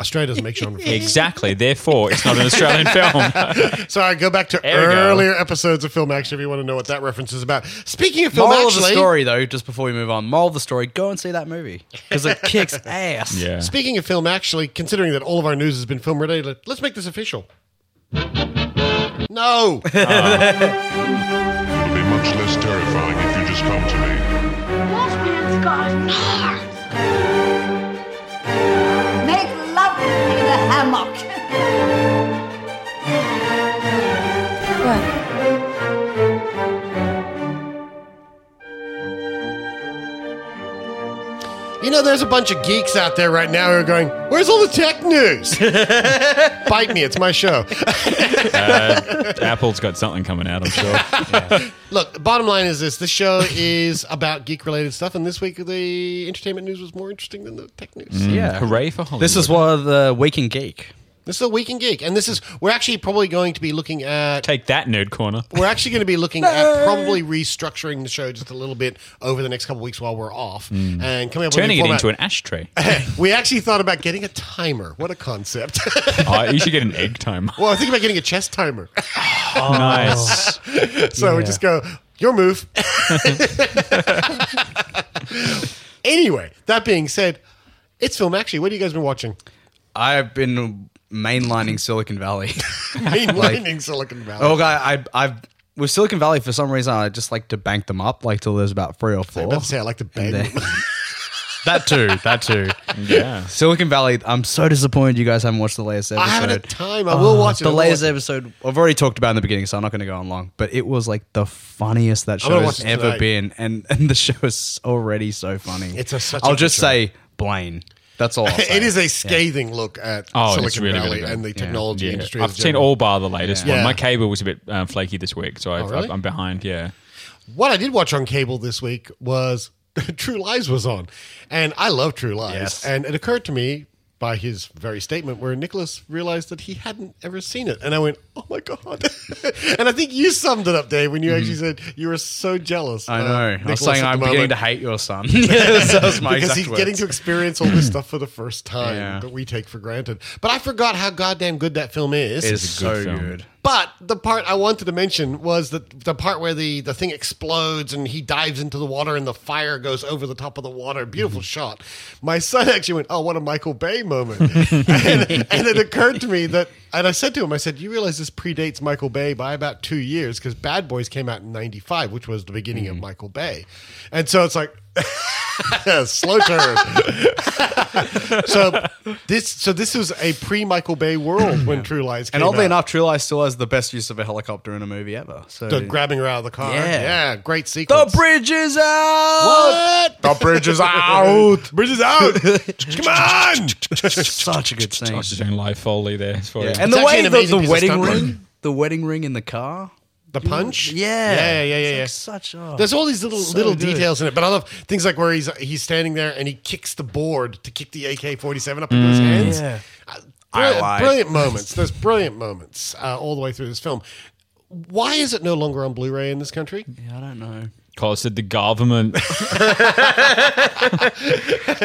A: Australia doesn't make
B: (laughs)
A: genre films.
C: exactly. Therefore, it's not an Australian film.
A: Sorry, go back to
C: There we go.
A: earlier episodes of Film Action if you want to know what that reference is about. Speaking of film
B: Moral
A: action,
B: of the story, though, just before we move on, moral of the story: go and see that movie because
C: (laughs)
B: it kicks ass.
C: yeah.
A: Speaking of film, actually, considering that all of our news has been film related, let's make this official.
B: (laughs)
A: No,
D: It'll be much less terrifying if you just come to me.
E: That man's got an heart.
F: Make love in the hammock. What?
A: you know, there's a bunch of geeks out there right now who are going, "Where's all the tech news?"
B: (laughs)
A: Bite me, it's my show.
C: (laughs) Apple's got something coming out, I'm sure.
A: Look, the bottom line is this: this show is (laughs) about geek-related stuff, and this week the entertainment news was more interesting than the tech news.
C: Mm.
B: Yeah.
C: Hooray for Hollywood.
B: This is one of the Weekend Geek.
A: This is a week in geek, and this is we're actually probably going to be looking at
C: Take that, nerd corner.
A: We're actually going to be looking at probably restructuring the show just a little bit over the next couple of weeks while we're off and coming up
C: Mm. Turning
A: with a
C: it
A: new
C: into
A: format.
C: an ashtray.
A: (laughs) We actually thought about getting a timer. What a concept. (laughs)
C: Oh, you should get an egg timer.
A: well, I think about getting a chess timer.
C: Nice.
A: so we just go, your
B: (laughs)
A: move. anyway, that being said, it's film actually. What have you guys been
B: (laughs)
A: watching?
B: I've been mainlining Silicon Valley. (laughs)
A: Mainlining Silicon Valley.
B: oh, I, I, I've with Silicon Valley for some reason I just like to bank them up like till there's about three or four.
A: I'm about to say I like to bang.
B: And then- (laughs) that too,
A: (laughs)
B: that too.
C: Yeah.
B: Silicon Valley. I'm so disappointed you guys haven't watched the latest episode.
A: I haven't had time. I will watch it. I
B: "Oh, The
A: will
B: latest
A: watch it.
B: episode I've already talked about in the beginning, so I'm not going to go on long. But it was like the funniest that show
A: gonna
B: has
A: watch it
B: ever
A: tonight.
B: been, and and the show is already so funny.
A: It's a- such a
B: I'll
A: good
B: just
A: show.
B: say Blaine.
A: (laughs)
B: That's all. I'll
A: (laughs)
B: say.
A: It is a scathing look at
C: Oh, it's
A: Silicon
C: really, really
A: Valley
C: good.
A: and the
B: Yeah.
A: technology industry.
C: I've
A: as a
C: seen
A: general.
C: all bar the latest
B: Yeah.
C: one. My
A: Yeah.
C: cable was a bit um, flaky this week, so I've,
A: Oh, really?
C: I've- I'm behind. Yeah.
A: What I did watch on cable this week was (laughs) True Lies was on, and I love True Lies.
B: Yes.
A: And it occurred to me by his very statement where Nicholas realized that he hadn't ever seen it, and I went, "Oh my god!" (laughs) and I think you summed it up, Dave, when you actually said you were so jealous.
B: Mm-hmm. I
A: of (laughs)
B: know. I was
A: Nicholas
B: saying
A: at
B: I'm
A: the
B: beginning
A: moment
B: to hate your son.
A: (laughs)
B: (laughs) that was my
A: Because
B: exact
A: he's
B: words.
A: getting to experience all this stuff for the
B: (clears throat)
A: first time
B: Yeah.
A: that we take for granted. But I forgot how goddamn good that film is.
B: It is
C: a
B: so
C: good film.
B: good.
A: But the part I wanted to mention was that the part where the, the thing explodes and he dives into the water and the fire goes over the top of the water.
B: Mm-hmm.
A: Beautiful shot. My son actually went, Oh, what a Michael Bay moment. (laughs) and, and it occurred to me that, and I said to him, I said, You realize this predates Michael Bay by about two years because Bad Boys came out in 95, which was the beginning
B: Mm-hmm.
A: of Michael Bay. And so it's like, (laughs) slow turn. (laughs) so this so this is a pre Michael Bay world when True Lies came
B: And oddly
A: out.
B: enough, True Lies still has the best use of a helicopter in a movie ever. So
A: The grabbing her out of the car.
B: Yeah.
A: great
B: The
A: sequence.
B: bridge is out.
A: What?
B: The bridge is out.
A: (laughs) Bridge is out. Come on.
B: (laughs) Such a good
C: I
B: scene.
C: was just doing live foley there for you.
B: And
A: It's
B: the
A: actually
B: way
A: an
B: the,
A: amazing
B: the
A: piece of
B: wedding
A: stunt
B: ring, the wedding ring in the car.
A: The punch.
B: Mm, Yeah,
A: Yeah. Yeah. Yeah.
B: It's
A: Yeah.
B: like such a.
A: There's all these little
B: So
A: little
B: good.
A: details in it, but I love things like where he's he's standing there and he kicks the board to kick the AK-47 up into his hands.
B: Mm, Yeah.
A: Uh,
B: I
A: brilliant,
B: lied.
A: brilliant moments. There's brilliant moments uh, all the way through this film. Why is it no longer on Blu-ray in this country?
B: I don't know.
C: Cause said
A: (laughs)
C: the government.
B: (laughs)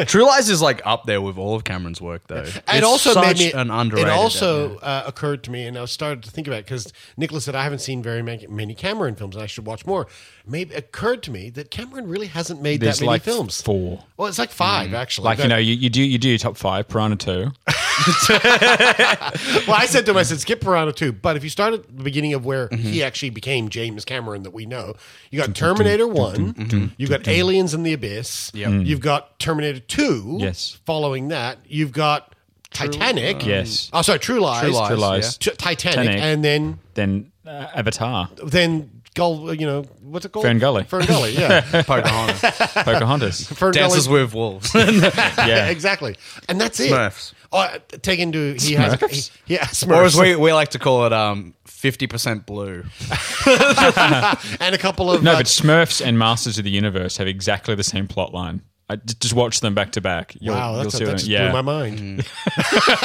B: True Lies is like up there with all of Cameron's work, though.
A: it
B: It's
A: also
B: such
A: made me,
B: an underrated.
A: It also uh, occurred to me, and I started to think about it because Nicholas said I haven't seen very many, many Cameron films, and I should watch more. Maybe it occurred to me that Cameron really hasn't made
C: There's
A: that many
C: like
A: films.
C: four. Mm-hmm.
A: Well, it's like five actually.
C: Like you
A: That-
C: know, you, you do you do your top five, Piranha two.
A: well, I said to him, I said, skip Piranha 2. But if you start at the beginning of where
C: Mm-hmm.
A: he actually became James Cameron that we know, you got Terminator 1, you've got Aliens in the Abyss, you've got Terminator 2,
C: Yes.
A: following that, you've got Titanic.
C: Yes.
A: Oh, sorry, True Lies.
B: True Lies, True
C: Lies.
A: T- Titanic.
C: Titanic.
A: And then,
C: Then uh, Avatar,
A: then, Gull, you know, what's it called?
C: Fern Gully.
A: Fern Gully,
C: (laughs)
A: yeah. (laughs)
B: Pocahontas.
C: Pocahontas.
A: Fern
B: Dances
A: Gully.
B: with
A: (laughs)
B: Wolves. or
C: yeah.
A: Exactly. And that's it.
B: Smurfs.
A: Oh, take into he has he, yeah, Smurfs.
B: as we, we like to call it, um, 50% blue. Ah,
A: and a couple of
C: No,
A: uh,
C: but Smurfs and Masters of the Universe have exactly the same plot line. I j- just watch them back to back. You'll-
A: Wow,
C: you'll
A: that's
C: see
A: that
C: what I-
A: just
C: yeah.
A: blew my mind. (laughs)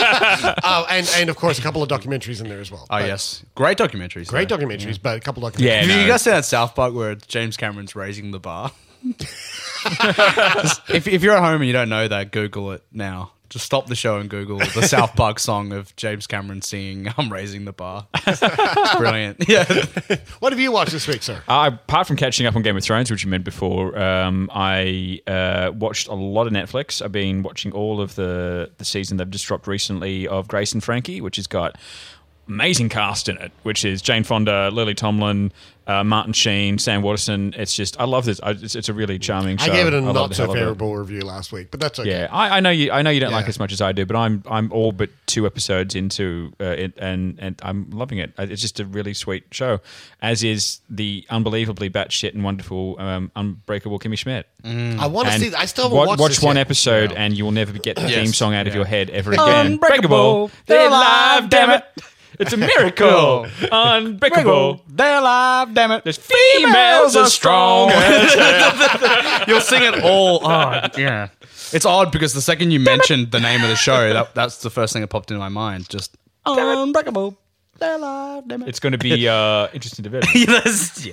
A: oh, and and of course, a couple of documentaries in there as well.
B: Oh,
A: But
B: yes. Great documentaries.
A: great
B: though.
A: documentaries, but a couple of documentaries.
C: Yeah,
B: Have
C: no.
B: you guys seen that South Park where it's James Cameron's raising the
C: (laughs)
B: bar? if, if you're at home and you don't know that, Google it now. Just stop the show and Google the South Park song of James Cameron singing "I'm raising the bar." It's brilliant. (laughs) Yeah,
A: What have you watched this week, sir?
C: I, apart from catching up on Game of Thrones, which you meant before, um, I uh, watched a lot of Netflix. I've been watching all of the the season they've just dropped recently of Grace and Frankie, which has got amazing cast in it, which is Jane Fonda, Lily Tomlin, uh, Martin Sheen, Sam Waterson. It's just I love this. I, it's, it's a really charming show.
A: I gave it a
C: love
A: not
C: the
A: so
C: hell of it.
A: favorable review last week, but that's okay.
C: Yeah, I, I know you. I know you don't like
A: Yeah.
C: it as much as I do, but I'm I'm all but two episodes into uh, it, and and I'm loving it. It's just a really sweet show, as is the unbelievably batshit and wonderful um, Unbreakable Kimmy Schmidt.
A: I want to
C: And
A: Mm. see. I still haven't
C: wa-
A: watched
C: watch
A: this
C: one
A: yet.
C: episode, and you will never get the theme song out of your head ever again.
B: Unbreakable.
C: they're alive, damn it! It's a miracle.
B: Unbreakable.
C: Unbreakable.
B: They're alive, damn it. There's
C: Females are
B: (laughs)
C: strong. (laughs)
B: You'll sing it all. Oh, yeah. It's odd because the second you mentioned the name of the show, that, that's the first thing that popped into my mind. Just unbreakable. They're alive, damn it.
C: It's going to be uh, interesting
B: (laughs)
C: to bit.
B: Yes, yeah.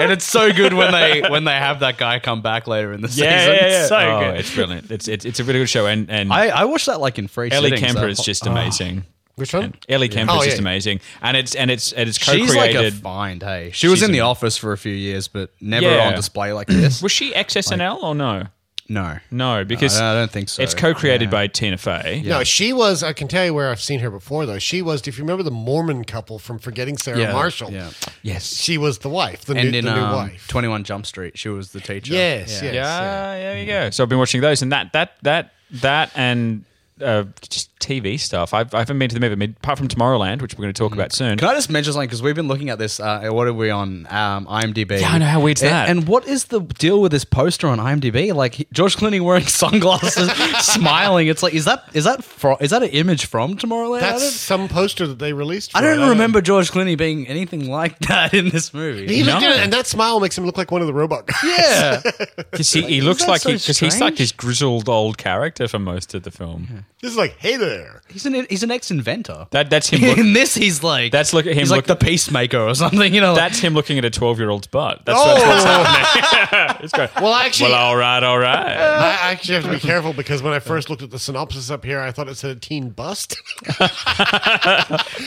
B: And it's so good when they when they have that guy come back later in the season. It's so
C: Oh,
B: good.
C: It's brilliant. It's, it's it's a really good show, and and
B: I, I watched that like in free
C: Ellie
B: sittings,
C: Kemper
B: that
C: is
B: whole-
A: Ah.
C: just amazing.
A: Which one?
C: Ellie Kemper
A: Oh,
C: is
A: yeah.
C: just amazing, and it's and it's and
B: (laughs)
C: it's
B: She's like a
C: co-created.
B: find, hey. She was
C: She's
B: in the
C: am-
B: office for a few years, but never
C: Yeah.
B: on display like this.
C: was she XSNL or no?
B: no.
C: No, because
B: I don't think so.
C: It's co-created
B: Yeah.
C: by Tina Fey.
A: No, she was. I can tell you where I've seen her before, though. She was. If you remember the Mormon couple from Forgetting Sarah
B: Yeah,
A: Marshall,
B: yeah.
C: Yes.
A: she was the wife, the
B: and
A: new,
B: in
A: the new
B: um,
A: wife.
B: 21 Jump Street, she was the teacher.
A: Yes, yes,
C: Yeah, there you go. So I've been watching those, and that that that that and uh, just TV stuff. I've, I haven't been to the movie I mean, apart from Tomorrowland, which we're going to talk about soon.
B: Mm. Can I just mention something? Because we've been looking at this. Uh, what are we on? Um, IMDb.
C: Yeah, I know, how weird's
B: and,
C: that?
B: And what is the deal with this poster on IMDb? Like he- George Clooney wearing (laughs) sunglasses, smiling. It's like is that is that fro- is that an image from Tomorrowland? I
A: That's
B: don't,
A: some poster that they released. For
B: I
A: it.
B: don't remember George Clooney being anything like (laughs) that in this
A: He
B: movie.
A: looked
C: No.
A: at it, and that smile makes him look like one of the robot guys. (laughs)
B: Yeah,
C: Because he, he looks
B: that
C: like
B: so
C: because he's like
B: strange?
C: his grizzled old character for most of the film.
A: This is like, hey there.
B: He's an he's an ex inventor.
C: That that's him.
B: in
C: Look,
B: this, he's like
C: That's look at him
B: He's
C: look-
B: like the peacemaker or something. You know, like-
C: that's him looking at a twelve-year-old's butt. That's
A: Oh.
C: that's what's happening. it's going,
A: Well, actually,
C: well, all right, all right.
B: (laughs) uh,
A: I actually have to be careful because when I first looked at the synopsis up here, I thought it said a teen bust. (laughs)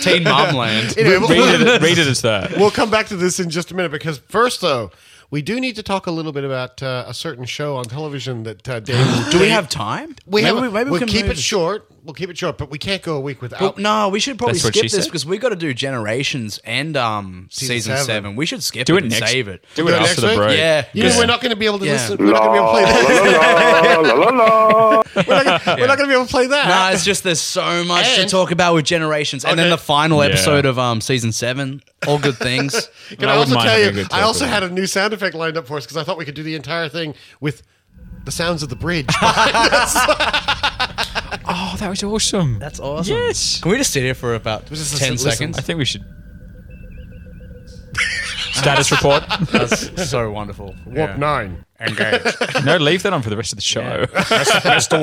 B: teen momland.
A: Anyway,
C: read,
A: we'll,
C: it, read it as that.
A: we'll come back to this in just a minute because first, though, we do need to talk a little bit about uh, a certain show on television that uh,
B: (gasps)
A: Dave.
B: Do we have time?
A: We
B: maybe
A: have.
B: We, maybe
A: we'll
B: can
A: keep
B: move-
A: it short. We'll keep it short, but we can't go a week without.
B: Well, no, we should probably
C: That's what
B: skip
C: she
B: this
C: said.
B: because we got to do generations and um season,
A: seven.
B: seven. We should skip
C: Do
B: it,
C: it
B: and
C: next.
B: save it. (laughs)
C: Do it
A: Yeah.
C: after the
A: Next week?
C: break.
B: Yeah,
A: You know, we're not going to be able to
B: Yeah.
A: listen. We're not going to be able to play that. (laughs) we're not, gonna- we're not going to be able to play that.
B: No, it's just there's so much
A: And-
B: to talk about with generations, and
A: Okay.
B: then the final
C: Yeah.
B: episode of um season seven. All
A: (laughs)
B: good things.
A: (laughs) Can I,
C: I
A: also
C: wouldn't mind
A: tell
C: having a
A: you,
C: good
A: I
C: talk
A: also
C: with
A: had a new sound effect lined up for us because I thought we could do the entire thing with the sounds of the
C: (laughs)
A: bridge.
C: Oh, that was awesome.
B: That's awesome.
C: Yes.
B: Can we just sit here for about
A: This is a
B: ten
A: listen-
B: seconds?
C: I think we should. Status report.
B: (laughs) That's so wonderful.
A: Warp nine. (laughs)
C: no, leave that on for the rest of the show.
B: Mr.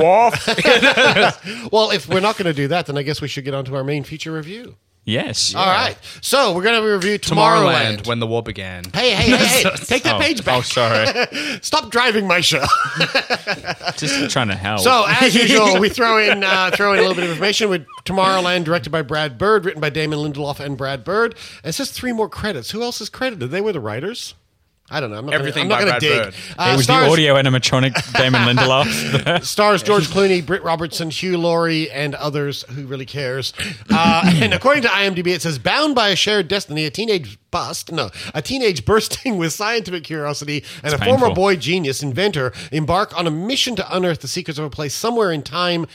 B: (laughs) Wolf.
A: Well, if we're not going to do that, then I guess we should get on to our main feature review.
C: Yes.
A: All right. So we're going to review Tomorrowland.
B: Tomorrowland, when the
A: (laughs)
B: war began.
A: hey, hey, hey, hey.
C: (laughs)
A: Take that
C: Oh,
A: page
C: Oh,
A: back.
C: sorry.
A: Stop driving my show.
C: Just uh, trying to help.
A: So
B: (laughs)
A: as usual, we throw in uh, throw in a little bit of information with Tomorrowland, directed by Brad Bird, written by Damon Lindelof and Brad Bird. And it says three more credits. Who else is credited? They were the writers. I don't know. I'm not
B: Everything
A: gonna, I'm
B: by
A: not
B: Brad
A: going to
B: Bird.
A: dig. Uh,
C: it was
A: stars-
C: the audio animatronic Damon Lindelof.
A: Stars George Clooney, Britt Robertson, Hugh Laurie, and others. Who really cares? Uh, and according to IMDb, it says bound by a shared destiny, a teenage bust, no, a teenage bursting (laughs) with scientific curiosity, and a former
C: painful.
A: boy genius inventor embark on a mission to unearth the secrets of a place somewhere in time.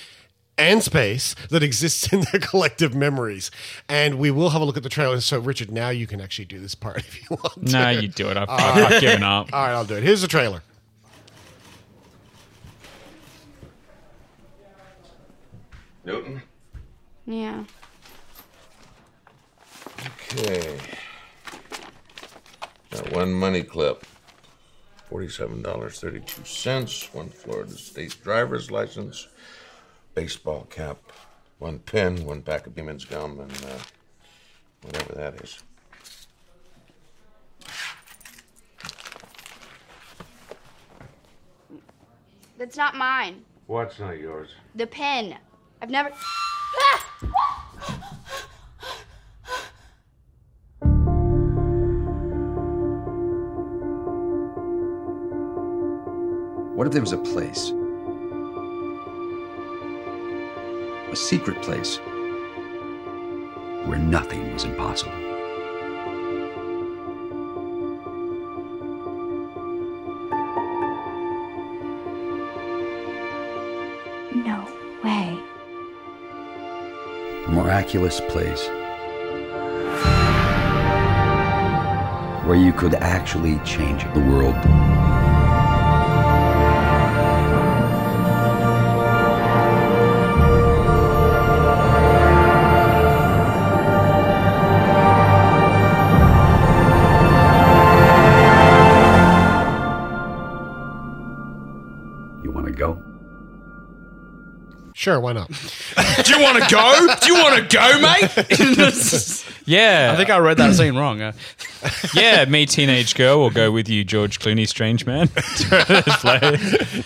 A: And space that exists in their (laughs) collective memories. And we will have a look at the trailer. So, Richard, now you can actually do this part (laughs) if you want.
C: (laughs) no,
A: to.
C: you do it. I've, I've, I've given up.
A: All right, I'll do it. Here's the trailer.
G: Newton?
E: Yeah.
G: Okay. Got one money clip. $47.32, one Florida State driver's license, baseball cap, one pin, one pack of Beeman's gum, and uh, whatever that is.
E: That's not mine.
G: What's not yours?
E: The pen. I've never.
H: What if there was a place? A secret place where nothing was impossible.
E: No way.
H: A miraculous place where you could actually change the world. You want to go?
A: Sure, why not? (laughs)
B: Do you want to go? Do you want to go, (laughs) mate?
C: Yeah.
B: I think I read that scene wrong. Uh,
C: yeah, me, teenage girl, will go with you, George Clooney, strange (laughs) man.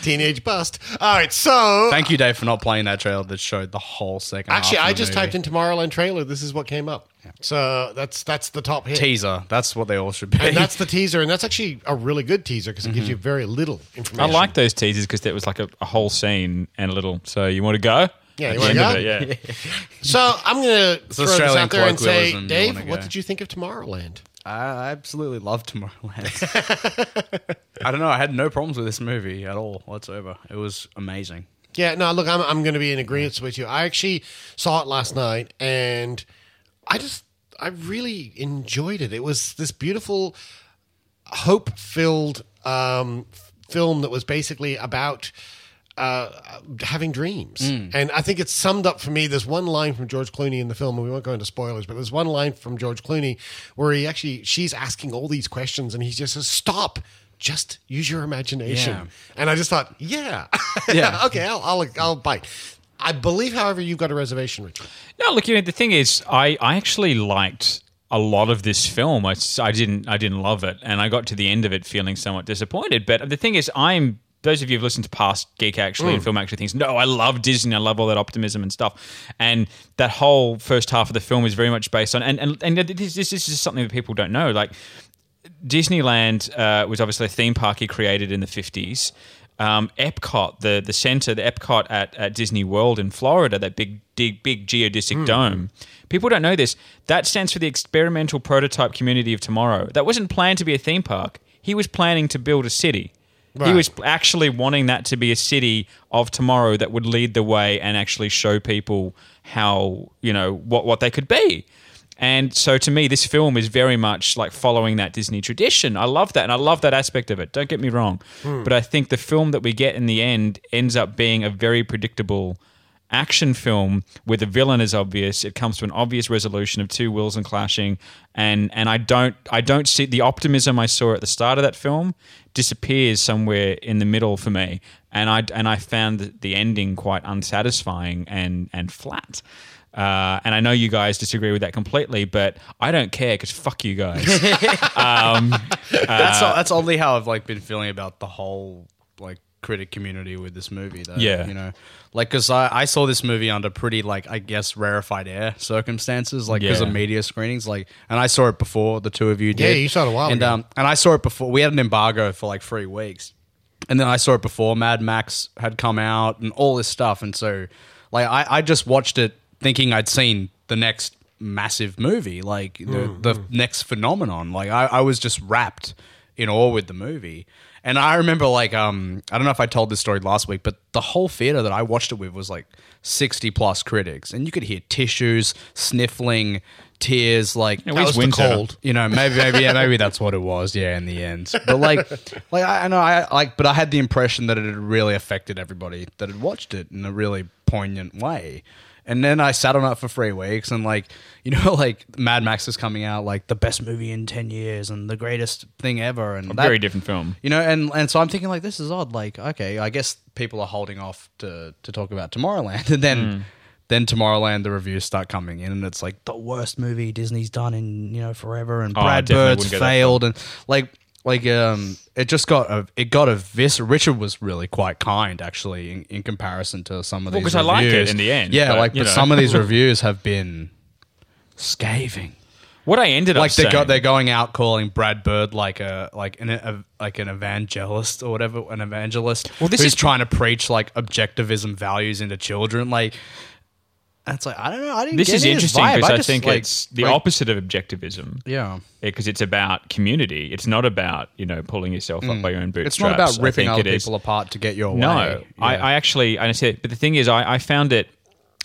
A: Teenage bust. All right, so
B: thank you, Dave, for not playing that trailer that showed the whole second.
A: Actually,
B: half of
A: I
B: the
A: just
B: movie.
A: typed in Tomorrowland trailer. This is what came up. So that's that's the top hit.
B: (laughs) teaser. That's what they all should be.
A: and that's
B: (laughs)
A: the teaser, and that's actually a really good teaser because it
B: Mm-hmm.
A: gives you very little
C: I
A: information.
C: like those teasers because there was like a, a whole scene and a little. So you want to go?
A: Yeah, you
C: At the
A: wanna
C: end of it, yeah.
A: So I'm going to throw this
B: Australian
A: out there and say,
B: colloquialism, you
A: Dave,
B: wanna
A: what
B: go.
A: did you think of Tomorrowland?
B: I I absolutely love (laughs) Tomorrowland. I don't know. I had no problems with this movie at all whatsoever. It was amazing.
A: Yeah, no, look, I'm I'm going to be in agreement with you. I actually saw it last night, and I just I really enjoyed it. It was this beautiful, hope filled um, f- film that was basically about. Uh, having dreams,
C: Mm.
A: and I think it's summed up for me. There's one line from George Clooney in the film, and we won't go into spoilers, but there's one line from George Clooney where he actually she's asking all these questions, and he just says, "Stop, just use your imagination."
B: Yeah.
A: And I just thought, yeah, (laughs)
B: Yeah.
A: okay, I'll, I'll I'll bite. I believe, however, you've got a reservation, Richard.
C: No, look, you know, the thing is, I, I actually liked a lot of this film. I, s- I didn't I didn't love it, and I got to the end of it feeling somewhat disappointed. But the thing is, I'm those of you who've listened to past Geek Actually and Film Actually things. No, I love Disney. I love all that optimism and stuff. And that whole first half of the film is very much based on. And and, and this, this is just something that people don't know. Like Disneyland uh, was obviously a theme park he created in the 50s. Um, Epcot, the the center, the Epcot at, at Disney World in Florida, that big big, big geodesic dome. People don't know this. That stands for the Experimental Prototype Community of Tomorrow. That wasn't planned to be a theme park. He was planning to build a city. He
A: Right.
C: was actually wanting that to be a city of tomorrow that would lead the way and actually show people how you know what what they could be. And so to me, this film is very much like following that Disney tradition. I love that. And I love that aspect of it. Don't get me wrong. But I think the film that we get in the end ends up being a very predictable action film where the villain is obvious. It comes to an obvious resolution of two wills and clashing. And and I don't I don't see the optimism I saw at the start of that film disappears somewhere in the middle for me. And I and I found the ending quite unsatisfying and and flat. Uh, and I know you guys disagree with that completely, but I don't care because fuck you guys.
B: (laughs) that's that's oddly how I've like been feeling about the whole like critic community with this movie though.
C: Yeah.
B: you know, like because I, I saw this movie under pretty like I guess rarefied air circumstances, like because
C: Yeah.
B: of media screenings, like and I saw it before the two of you did.
A: you saw it a while
B: and,
A: ago.
B: Um, and I saw it before we had an embargo for like three weeks, and then I saw it before Mad Max had come out and all this stuff, and so like I I just watched it thinking I'd seen the next massive movie like the, the next phenomenon like I, I was just wrapped in awe with the movie. And I remember, like, um, I don't know if I told this story last week, but the whole theater that I watched it with was like 60 plus critics, and you could hear tissues, sniffling, tears, like,
C: That was the winter. cold.
B: you know, maybe, maybe, yeah, maybe that's what it was, yeah, in the end. But like, like I, I know, I like, but I had the impression that it had really affected everybody that had watched it in a really poignant way. And then I sat on it for three weeks, and like, (laughs) you know, like Mad Max is coming out, like the best movie in ten years, and the greatest thing ever, and that-
C: Very different film.
B: you know, and and so I'm thinking like this is odd. Like, okay, I guess people are holding off to to talk about Tomorrowland, (laughs) and then
C: Mm.
B: then Tomorrowland, the reviews start coming in, and it's like the worst movie Disney's done in you know forever, and
C: Oh, I
B: Brad
C: definitely
B: Bird's
C: wouldn't go that far.
B: failed, and like like um, it just got a it got a vis. Richard was really quite kind actually in, in comparison to some of
C: Well,
B: these.
C: 'cause I like it
B: reviews.
C: in the end,
B: yeah.
C: but,
B: like,
C: you
B: but
C: know.
B: some of
C: (laughs)
B: these reviews have been scathing
C: What I ended up
B: like they
C: saying-
B: got they're going out calling Brad Bird like a like an a, like an evangelist or whatever an evangelist.
C: Well, this
B: who's
C: is-
B: trying to preach like objectivism values into children. Like that's like I don't know. I didn't.
C: this
B: get
C: is
B: any of
C: interesting
B: vibe.
C: because I,
B: just,
C: think
B: like-
C: it's the
B: like-
C: opposite of objectivism.
B: Yeah.
C: because it's about community. It's not about you know pulling yourself up by your own bootstraps.
B: Mm. It's not about
C: I
B: ripping
C: think
B: other
C: it is.
B: people apart to get your
C: No,
B: way.
C: I,
B: Yeah.
C: I actually I said, but the thing is, I, I found it.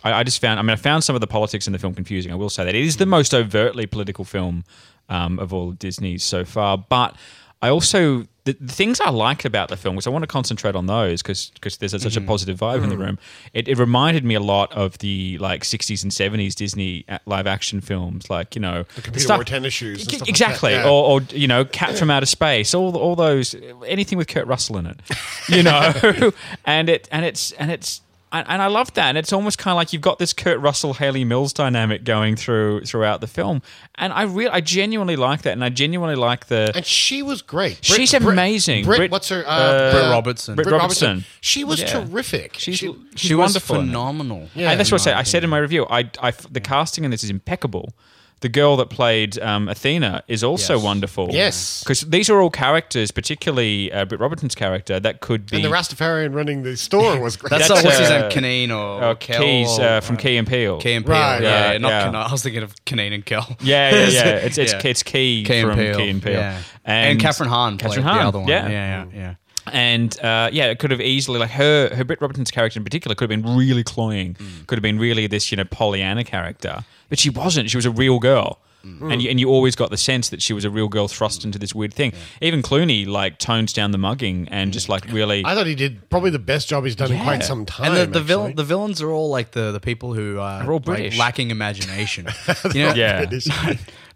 C: I, I just found. I mean, I found some of the politics in the film confusing. I will say that it is the most overtly political film um, of all of Disney's so far. But I also the, the things I liked about the film, because I want to concentrate on those, because there's such
A: Mm-hmm.
C: a positive vibe in the
A: Mm.
C: room. It, it reminded me a lot of the like 60s and 70s Disney uh, live action films, like you know, the
A: computer wore tennis shoes and stuff like that,
C: exactly,
A: yeah.
C: or or, or you know, Cat from Outer Space, all all those, anything with Kurt Russell in it, you know, and it and it's and it's and, and I love that, and it's almost kind of like you've got this Kurt Russell Haley Mills dynamic going through throughout the film, and I real I genuinely like that, and I genuinely like the
A: And she was great.
C: She's amazing.
A: Britt,
C: Brit-
A: what's her? Uh,
C: uh,
B: Britt Robertson.
A: Britt
C: Britt
A: Robertson.
C: Robertson.
A: She was
C: Yeah.
A: terrific.
C: she's
A: She-
C: she's
B: she was
C: wonderful in it.
B: phenomenal.
A: Yeah.
C: and that's what I
B: in
C: said.
B: my
C: I said in my review, I, I- the casting in this is impeccable. The girl that played um, Athena is also
B: Yes.
C: wonderful.
A: Yes.
C: because these are all characters, particularly uh, Britt Robertson's character, that could be
A: and the Rastafarian running the store was great.
B: That's,
C: That's,
B: uh, what's his
C: uh,
B: name, Canine or,
C: uh,
B: or Kel
C: Keys
B: or-
C: uh, from Key and Peele.
B: Key and Peele.
A: Right,
B: yeah,
C: right,
B: not
C: yeah.
B: Canine. I was thinking of Canine and Kel.
C: Yeah,
B: (laughs)
C: yeah, yeah. It's it's, it's Key
B: Key and
C: from
B: Peele.
C: Key and Peele,
B: Yeah. And, Catherine Hahn.
C: Catherine
B: played
C: Hahn,
B: The other one.
C: yeah.
B: yeah, yeah. yeah.
C: and uh, yeah, it could have easily like her her Britt Robertson's character in particular could have been really cloying,
B: Mm.
C: could have been really this you know Pollyanna character, but she wasn't. She was a real girl.
B: Mm.
C: And you, and you always got the sense that she was a real girl thrust into this weird thing. Even Clooney like tones down the mugging and just like really
A: I thought he did probably the best job he's done in quite
C: Yeah.
A: some time.
B: And the, the,
A: actually.
B: villain, the villains are all like the, the people who uh,
C: all
B: like,
A: (laughs)
C: British.
B: lacking imagination. You know? (laughs)
C: Yeah.
A: Goodness.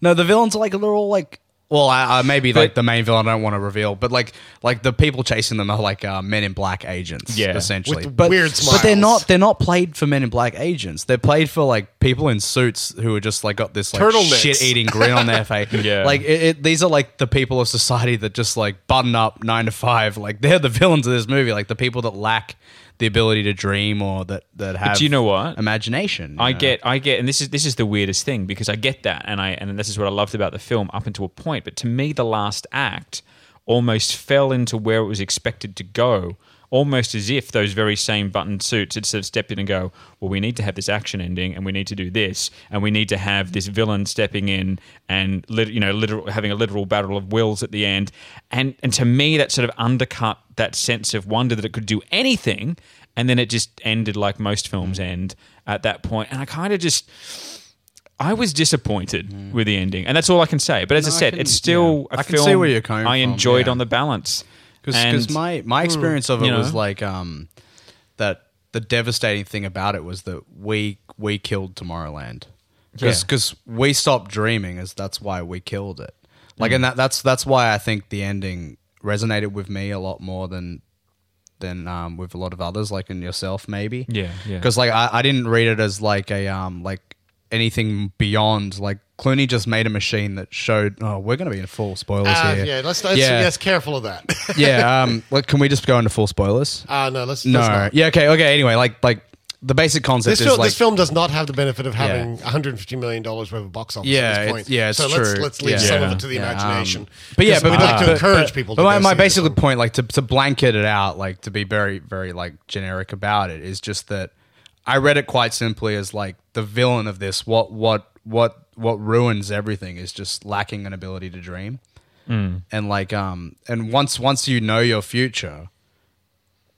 B: No, the villains are like they're all like Well, I, I maybe
C: But-
B: like the main villain I don't want to reveal, but like like the people chasing them are like uh, Men in Black agents,
C: Yeah.
B: essentially.
A: With
B: but
A: weird
B: but they're
A: smiles.
B: not they're not played for Men in Black agents. They're played for like people in suits who are just like got this like
A: Turtlenecks.
B: shit eating grin on
C: (laughs)
B: their face.
C: Yeah.
B: like it, it, these are like the people of society that just like button up nine to five. Like they're the (laughs) villains of this movie. Like the people that lack the ability to dream or that that have
C: do you know what?
B: imagination. you
C: I
B: know?
C: get, I get, and this is this is the weirdest thing because I get that, and I and this is what I loved about the film up until a point. But to me, the last act almost fell into where it was expected to go, almost as if those very same button suits had sort of stepped in and go, well, we need to have this action ending, and we need to do this, and we need to have this villain stepping in and lit, you know, literal having a literal battle of wills at the end, and and to me, that sort of undercut that sense of wonder that it could do anything and then it just ended like most
B: Mm.
C: films end at that point and i kind of just i was disappointed with the ending and that's all i can say but as i
B: Mm. No, I
C: said
B: can-
C: it's still
B: yeah.
C: a
B: I can
C: film
B: see where you're coming
C: i
B: from,
C: enjoyed
B: yeah.
C: on the balance
B: because
C: And- hmm,
B: my my experience of it
C: you know?
B: was like um that the devastating thing about it was that we we killed Tomorrowland because
C: Yeah.
B: we stopped dreaming as that's why we killed it like
C: Hmm.
B: and that that's that's why I think the ending resonated with me a lot more than than um, with a lot of others like in yourself maybe
C: Yeah, yeah.
B: because like I, I didn't read it as like a um like anything beyond like Clooney just made a machine that showed oh we're gonna be in full spoilers
A: Ah,
B: here
A: yeah, let's, let's
B: Yeah.
A: yes, careful of that. (laughs)
B: yeah. Um, like, can we just go into full spoilers?
A: Ah, no, let's,
B: no.
A: let's not.
B: Yeah. Okay. Okay. Anyway, like, like the basic concept
A: This
B: is
A: film,
B: like,
A: this film does not have the benefit of having 150 million dollars worth of box office at
B: Yeah,
A: this
B: it's-
A: point.
B: yeah, it's
A: so let's
B: true.
A: let's leave
B: Yeah.
A: some of it to the
B: Yeah, um,
A: imagination.
B: but yeah,
A: 'Cause
B: but
A: we'd like to
B: but-
A: encourage
B: but-
A: people.
B: But
A: to
B: my,
A: go
B: my
A: see this
B: basic
A: film.
B: point, like to to blanket it out, like to be very very like generic about it, is just that I read it quite simply as like the villain of this. What what what what ruins everything is just lacking an ability to dream.
A: Mm.
B: And like um and once once you know your future,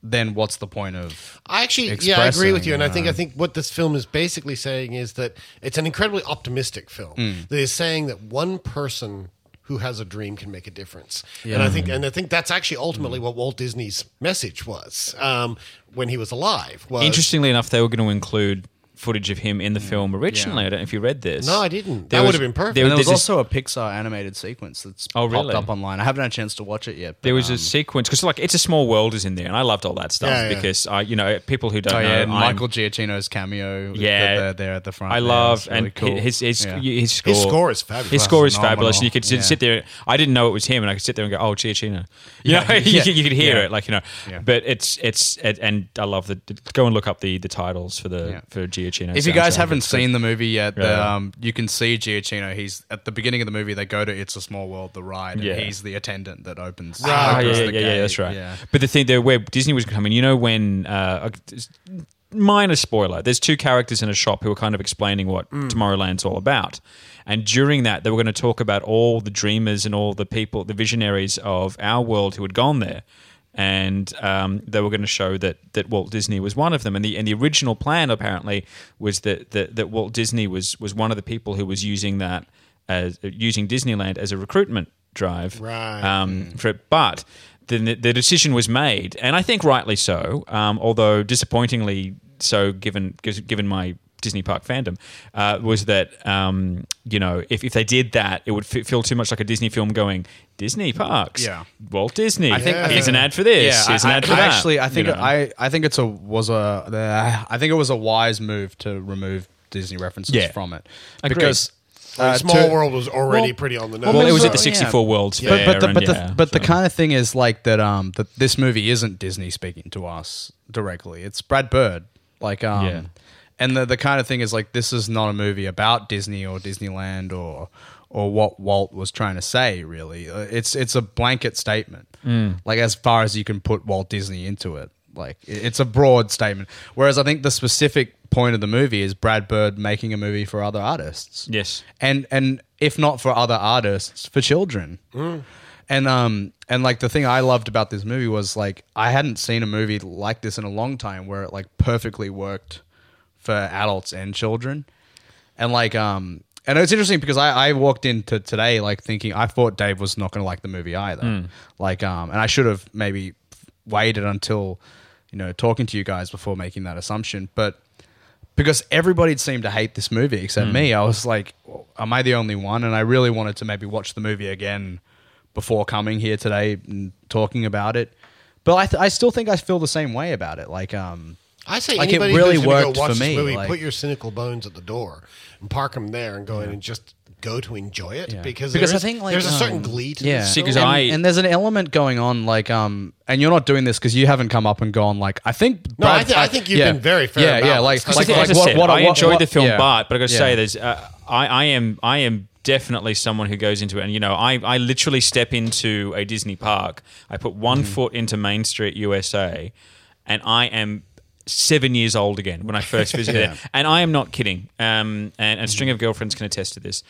B: then what's the point of
A: I actually, yeah, I agree with
B: expressing,
A: you, and I
B: uh,
A: think I think what this film is basically saying is that it's an incredibly optimistic film
B: Mm.
A: that is saying that one person who has a dream can make a difference, and I think and I think that's actually
B: Mm.
A: ultimately what Walt Disney's message was um, when he was alive.
B: uh,
A: Was,
C: interestingly enough they were going to include footage of him
B: Mm.
C: in the film originally i don't know if you read this
A: No, I didn't. That
C: There was-
A: would have been perfect.
C: there,
B: And there was
C: there's
B: also
C: a-
B: a Pixar animated sequence that's
C: Oh,
B: popped
C: really?
B: up online. I haven't had a chance to watch it yet. But,
C: there was
B: um,
C: a sequence because like it's a small world is in there and i loved all that stuff
A: Yeah, yeah.
C: because i you know people who don't
B: oh
C: know
B: yeah, and
C: uh, I'm-
B: Michael Giacchino's cameo.
C: Yeah.
B: there, there at the front.
C: I
B: there.
C: love
B: It's really
C: and hi- his his,
B: Yeah.
C: his score.
A: His score is fabulous.
C: His score is fabulous,
B: Phenomenal.
C: and you could sit,
B: Yeah.
C: sit there. I didn't know it was him, and I could sit there and go, "Oh, Giacchino," you know, (laughs) you,
B: (laughs) Yeah.
C: could- you could hear
B: Yeah.
C: it, like you know.
B: Yeah.
C: But it's it's it, and I love the go and look up the the titles for the
B: Yeah.
C: for Giacchino.
B: If you guys
C: soundtrack.
B: haven't
C: It's good.
B: seen the movie yet, the,
C: Yeah.
B: um, you can see Giacchino. He's at the beginning of the movie. They go to It's a Small World, the ride, and
C: Yeah.
B: he's the attendant that opens.
C: Ah, yeah,
B: opens
C: yeah,
B: the
C: yeah, yeah,
B: gate.
C: that's right.
B: Yeah.
C: But the thing there, where Disney was coming, you know, when uh, uh, minor spoiler, there's two characters in a shop who are kind of explaining what
B: Mm.
C: Tomorrowland's all about, and during that, they were going to talk about all the dreamers and all the people, the visionaries of our world who had gone there. And um, they were going to show that, that Walt Disney was one of them, and the and the original plan apparently was that, that that Walt Disney was was one of the people who was using that as uh, using Disneyland as a recruitment drive,
A: Right.
B: Mm.
C: um, for it. But then the, the decision was made, and I think rightly so, um, although disappointingly so, given given my Disney Park fandom, uh, was that um, you know if, if they did that, it would f- feel too much like a Disney film going Disney Parks,
B: Yeah.
C: Walt Disney. I
B: think-
C: think
B: I
C: here's
B: think-
C: an ad for this.
B: I,
C: here's an
B: I-
C: ad for
B: I
C: that.
B: actually I think
C: you know?
B: I, I think it's a was a uh, I think it was a wise move to remove Disney references
C: Yeah.
B: from it
C: Agreed.
B: because uh,
A: Small
B: to-
A: World was already
B: Well-
A: pretty on the nose.
B: well,
C: well, it was
B: so-
C: at the
B: yeah.
C: '64 World's
B: But
C: Fair,
B: but the,
C: and
B: but the
C: yeah,
B: but the
C: so-
B: kind of thing is like that um that this movie isn't Disney speaking to us directly. It's Brad Bird like um
C: Yeah.
B: and the the kind of thing is like this is not a movie about Disney or Disneyland or or what Walt was trying to say really. Uh, It's it's a blanket statement.
C: Mm.
B: Like as far as you can put Walt Disney into it. Like it- it's a broad statement. Whereas I think the specific point of the movie is Brad Bird making a movie for other artists
C: yes.
B: and and if not for other artists, for children. And um and like the thing I loved about this movie was like I hadn't seen a movie like this in a long time where it like perfectly worked for adults and children. And like um and it's interesting because I, I walked into today like thinking I thought Dave was not going to like the movie either. Like um and I should have maybe waited until you know talking to you guys before making that assumption, but because everybody seemed to hate this movie except
C: Hmm.
B: me. I was like, "Well, am I the only one? And I really wanted to maybe watch the movie again before coming here today and talking about it. But I, th- I still think I feel the same way about it. Like, um,
A: I say
B: Like, it
A: anybody
B: really
A: who's gonna
B: worked
A: go watch
B: for
A: this
B: me,
A: movie,
B: like-
A: put your cynical bones at the door and park them there and go in and just go to enjoy it because,
B: Because
A: there
B: I
A: is-
B: think, like,
A: there's a certain
B: um,
A: glee to
B: yeah,
A: this.
C: See, 'cause
B: and,
C: I-
B: and there's an element going on, like, um, and you're not doing this because you haven't come up and gone, like, I think.
A: No, I
B: Brad-
A: thi- I think you've been very fair
B: Yeah, yeah,
A: about
B: like,
A: this. I
B: like,
A: think-
B: like
C: as I
B: what,
C: said,
B: what
C: I
B: what-
C: enjoyed
B: what-
C: the film,
B: yeah.
C: but but I gotta
B: Yeah.
C: say, there's uh, I I am I am definitely someone who goes into it, and you know, I I literally step into a Disney park, I put
A: Mm-hmm.
C: one foot into Main Street USA, and I am. Seven years old again when I first
A: (laughs)
C: visited it, and I am not kidding. Um, and, and a string of
A: Mm-hmm.
C: girlfriends can attest to this.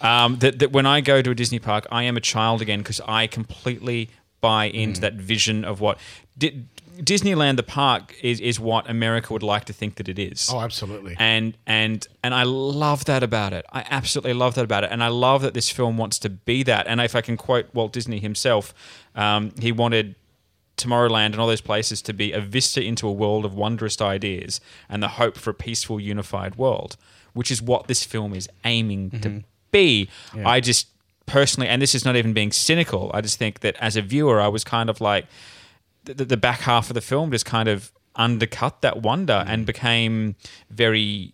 C: Um, that, that when I go to a Disney park, I am a child again because I completely buy
A: Mm.
C: into that vision of what Di- Disneyland, the park, is is what America would like to think that it is
A: Oh, absolutely.
C: and and and I love that about it. I absolutely love that about it, and I love that this film wants to be that. And if I can quote Walt Disney himself, um, he wanted Tomorrowland and all those places to be a vista into a world of wondrous ideas and the hope for a peaceful, unified world, which is what this film is aiming to be. I just personally, and this is not even being cynical. I just think that as a viewer, I was kind of like the, the back half of the film just kind of undercut that wonder and became very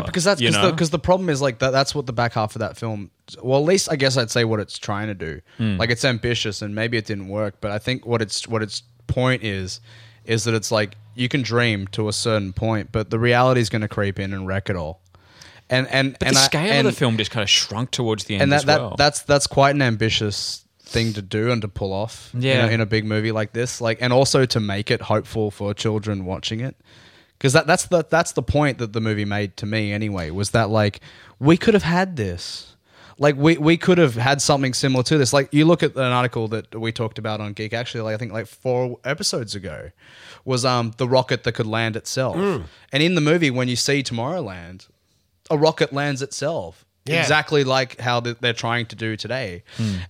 B: Mm. Yeah, because that's
C: you
B: because
C: know?
B: the, 'cause the problem is like that. That's what the back half of that film. Well, at least I guess I'd say what it's trying to do.
C: Hmm.
B: Like it's ambitious, and maybe it didn't work. But I think what its what its point is, is that it's like you can dream to a certain point, but the reality is going to creep in and wreck it all. And and
C: But
B: and
C: the
B: I-
C: scale
B: and-
C: of the film just kind of shrunk towards the end
B: and that,
C: as
B: that
C: well.
B: that's that's quite an ambitious thing to do and to pull off you
C: Yeah.
B: know, in a big movie like this like and also to make it hopeful for children watching it because that, that's the that's the point that the movie made to me anyway was that like we could have had this like we, we could have had something similar to this like you look at an article that we talked about on geek actually like i think like four episodes ago was um the rocket that could land itself and in the movie when you see tomorrowland a rocket lands itself
A: Yeah.
B: exactly like how th- they're trying to do today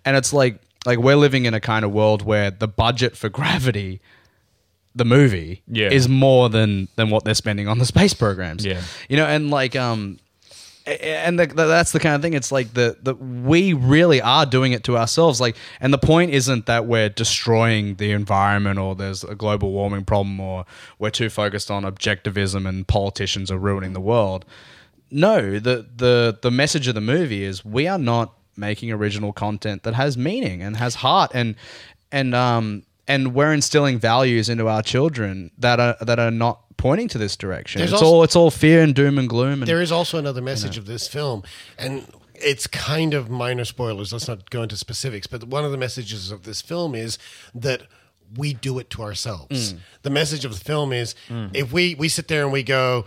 B: and it's like like we're living in a kind of world where the budget for gravity the movie
C: Yeah.
B: is more than than what they're spending on the space programs
C: Yeah.
B: you know and like um a- and the, the, that's the kind of thing it's like the, the we really are doing it to ourselves like and the point isn't that we're destroying the environment or there's a global warming problem or we're too focused on objectivism and politicians are ruining the world no the the the message of the movie is we are not making original content that has meaning and has heart and and um and we're instilling values into our children that are that are not pointing to this direction
A: There's
B: it's
A: also-
B: all it's all fear and doom and gloom and
A: There is also another message of this film, and it's kind of minor spoilers. Let's not go into specifics, but one of the messages of this film is that we do it to
C: Mm.
A: ourselves. The message of the film is if we we sit there and we go.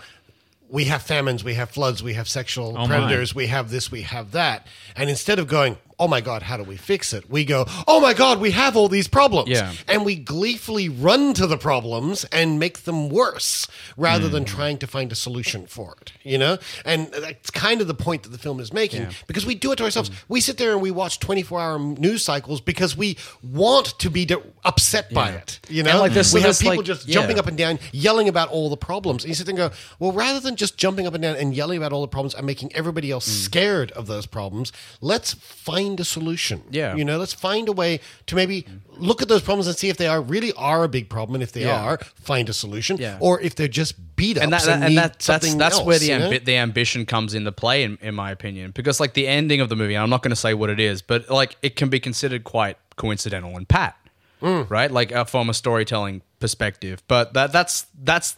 A: We have famines, we have floods, we have sexual
C: Oh, my.
A: predators, we have this, we have that. And instead of going, oh my God, how do we fix it? We go, oh my God, we have all these problems.
B: Yeah.
A: And we gleefully run to the problems and make them worse rather than
B: Hmm.
A: trying to find a solution for it, you know? And that's kind of the point that the film is making because we do it to ourselves.
B: Hmm.
A: We sit there and we watch 24 hour news cycles because we want to be d upset by it, you know?
B: And like this-
A: we have
B: this,
A: people
B: like-
A: just
B: yeah.
A: jumping up and down, yelling about all the problems. And you sit there and go, well, rather than just jumping up and down and yelling about all the problems and making everybody else
B: Hmm.
A: scared of those problems, let's find a solution.
B: Yeah.
A: You know? know, Uh, let's find a way to maybe look at those problems and see if they are really are a big problem. And if they
B: Yeah.
A: are, find a solution.
B: Yeah.
A: Or if they're just beat up
B: and
A: and,
B: that, that- and
A: need
B: that that's
A: something
B: that's
A: else,
B: where the
A: you know?
B: ambi- the ambition comes into play, in, in my opinion, because like the ending of the movie, and I'm not going to say what it is, but like it can be considered quite coincidental and pat,
A: Mm.
B: right? Like uh, from a storytelling perspective, but that that's that's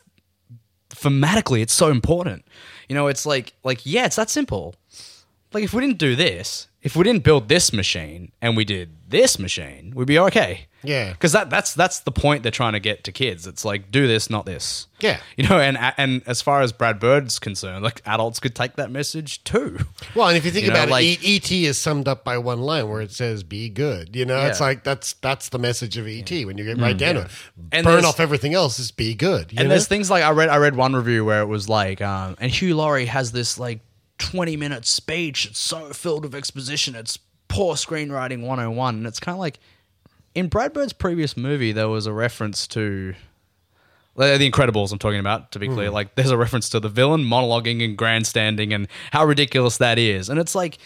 B: thematically, it's so important. You know, it's like like yeah, it's that simple. Like if we didn't do this, if we didn't build this machine, and we did this machine, we'd be okay.
A: Yeah.
B: because that that's that's the point they're trying to get to kids. It's like do this, not this.
A: Yeah.
B: You know, and and as far as Brad Bird's concerned, like adults could take that message too.
A: Well, and if you think
B: You know,
A: about
B: like-
A: it, E- ET is summed up by one line where it says "Be good." You know, it's
B: Yeah. Mm,
A: like that's that's the message of ET when you get right down to it.
B: And
A: Burn
B: there's-
A: off everything else is be good. you
B: and
A: know?
B: there's things like I read I read one review where it was like, um, and Hugh Laurie has this like 20 minute speech. It's so filled with exposition. It's poor screenwriting 101. And it's kind of like in Brad Bird's previous movie, there was a reference to uh, The Incredibles, I'm talking about, to be
A: Hmm.
B: clear. Like, there's a reference to the villain monologuing and grandstanding and how ridiculous that is. And it's like,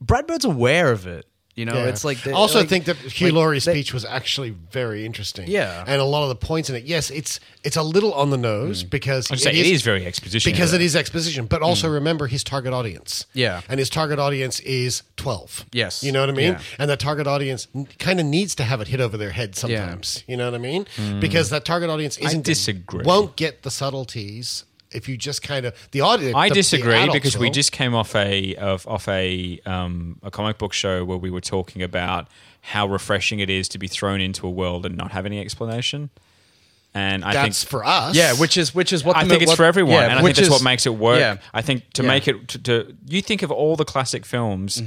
B: Brad Bird's aware of it. You know,
A: Yeah.
B: it's like.
A: I also
B: like-
A: think that Hugh
B: like,
A: Laurie's
B: they-
A: speech was actually very interesting.
B: Yeah.
A: and a lot of the points in it. Yes, it's it's a little on the nose
B: Mm.
A: because
C: I'd say it is Hmm. very exposition
A: because it is exposition. But also remember his target audience.
B: Yeah.
A: and his target audience is twelve.
B: Yes.
A: you know what I mean.
B: Yeah.
A: And that target audience kind of needs to have it hit over their head sometimes. You know what I mean? Because that target audience isn't
C: Hmm. disagree.
A: Won't get the subtleties if you just kind of the audience.
C: I
A: the- the
C: disagree
A: adults
C: because we
A: will.
C: just came off a of off a um, a comic book show where we were talking about how refreshing it is to be thrown into a world and not have any explanation. And I
A: that's
C: think
A: for us.
B: Yeah, which is which is what
C: I
B: the-
C: think it's
B: what-
C: for everyone,
B: yeah,
C: and I
B: which
C: think that's
B: is-
C: what makes it work.
B: yeah.
C: I think to
B: Yeah. Mm-hmm.
C: make it to, to you think of all the classic films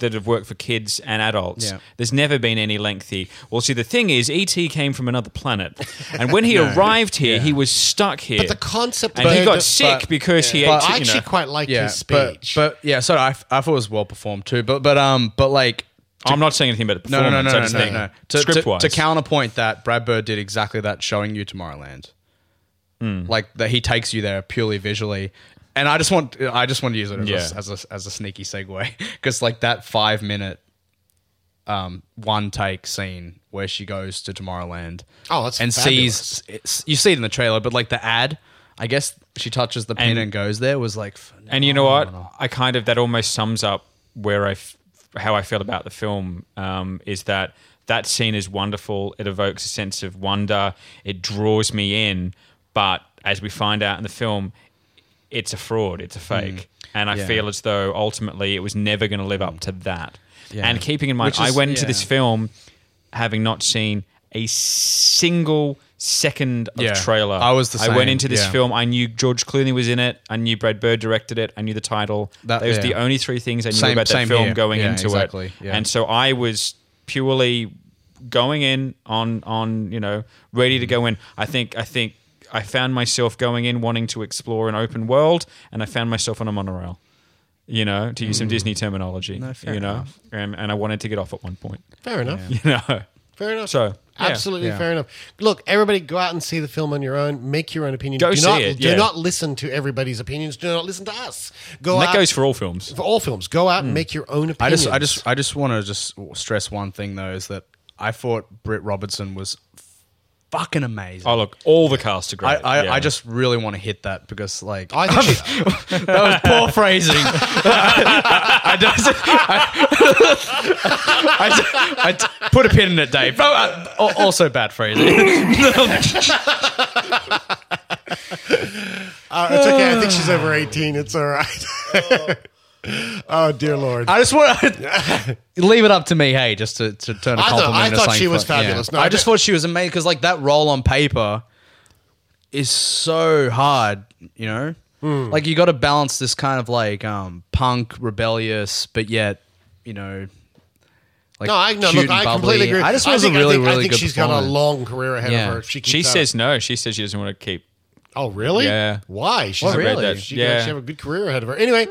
C: that have worked for kids and adults.
B: Yeah.
C: There's never been any lengthy. Well, see, the thing is, ET came from another planet, and when
B: (laughs)
C: he arrived here, he was stuck here.
A: the concept
C: and
A: of
C: he
A: it-
C: got
A: but-
C: sick because he
B: But
C: ate.
B: I
A: I
C: you know-
A: actually quite like
B: yeah,
A: his
B: but,
A: speech.
B: but yeah, so I, I thought it was well performed too. But but um, but like
C: I'm not saying anything about the
B: no no
C: performance.
B: no no
C: I
B: no
C: just
B: no,
C: think
B: no. To, to,
C: Script-wise.
B: to counterpoint that, Brad Bird did exactly that, showing you Tomorrowland,
C: Hmm.
B: like that he takes you there purely visually. And I just want I just want to use it as,
C: Yeah.
B: a, as a as a sneaky segue (laughs) because like that five minute, um, one take scene where she goes to Tomorrowland.
A: Oh, that's
B: and sees it's, you see it in the trailer, but like the ad, I guess she touches the pin and,
C: And-
B: goes there was like.
C: And you know what? I kind of that almost sums up where I f- how I feel about the film um, is that that scene is wonderful. It evokes a sense of wonder. It draws me in, but as we find out in the film, it's a fraud. It's a fake. And I
B: Hmm. Yeah. Hmm.
C: feel as though ultimately it was never going to live up to that.
B: Yeah.
C: And keeping in mind,
B: Which
C: I
B: is-
C: went into this
B: yeah.
C: film having not seen a single second of
B: Yeah.
C: trailer.
B: I was the
C: I went
B: same,
C: into this
B: yeah.
C: film film. I knew George Clooney was in it. I knew Brad Bird directed it. I knew the title.
B: That-
C: That was
B: yeah.
C: the only three things I knew
B: Same-
C: about that
B: same
C: film
B: here.
C: going
B: Yeah,
C: into
B: exactly.
C: it.
B: Yeah.
C: And so I was purely going in on on you know ready to go in. I think I think I found myself going in wanting to explore an open world, and I found myself on a monorail. You know, to use some Disney terminology.
B: Hmm. fair
C: you know,
B: enough.
C: and and I wanted to get off at one point. (laughs)
A: fair enough.
C: You know,
A: Fair enough.
C: So, yeah.
A: absolutely
B: Yeah.
A: fair enough. Look, everybody, go out and see the film on your own. Make your own opinion.
C: Go
A: do
C: see
A: not,
C: it,
A: Do
C: yeah.
A: not listen to everybody's opinions. Do not listen to us. Go
C: And
A: out
C: that goes for all films.
A: for all films. Go out and make your own opinions.
B: Hmm. I just, I just, I just want to just stress one thing though is that I thought Britt Robertson was fucking amazing.
C: Oh look, all the cast are great.
B: I, I,
C: Yeah.
B: I just really want to hit that because like
A: I think she-
B: (laughs) that was poor phrasing. I, I, I just, I, I just- I put a pin in it, Dave. Oh, uh, al- also bad phrasing. (laughs)
A: Uh, it's okay. I think she's over eighteen. It's all right. (laughs) oh dear lord.
B: I just want to (laughs) leave it up to me, hey, just to, to turn a
A: I thought-
B: compliment.
A: I
B: into
A: thought
B: something
A: she was
B: fun.
A: fabulous. No,
B: I
A: I
B: just
A: bet-
B: thought she was amazing because like that role on paper is so hard, you know.
A: Hmm.
B: Like you got to balance this kind of like um, punk, rebellious, but yet you know. Like
A: no, I no, look,
B: cute and
A: I
B: bubbly.
A: completely agree.
B: I just
A: I
B: was a
A: think,
B: really,
A: I think,
B: really
A: I think
B: good.
A: she's got a
B: performance.
A: long career ahead
B: Yeah.
A: of her. If she, keeps
C: She
A: at
C: says
A: it.
C: no. She says she doesn't want to keep.
A: "Oh, really?
C: Yeah.
A: Why? She's
B: Oh,
A: a
B: really?
A: redhead. She
C: Yeah. Hmm.
A: can actually have a good career ahead of her. Anyway,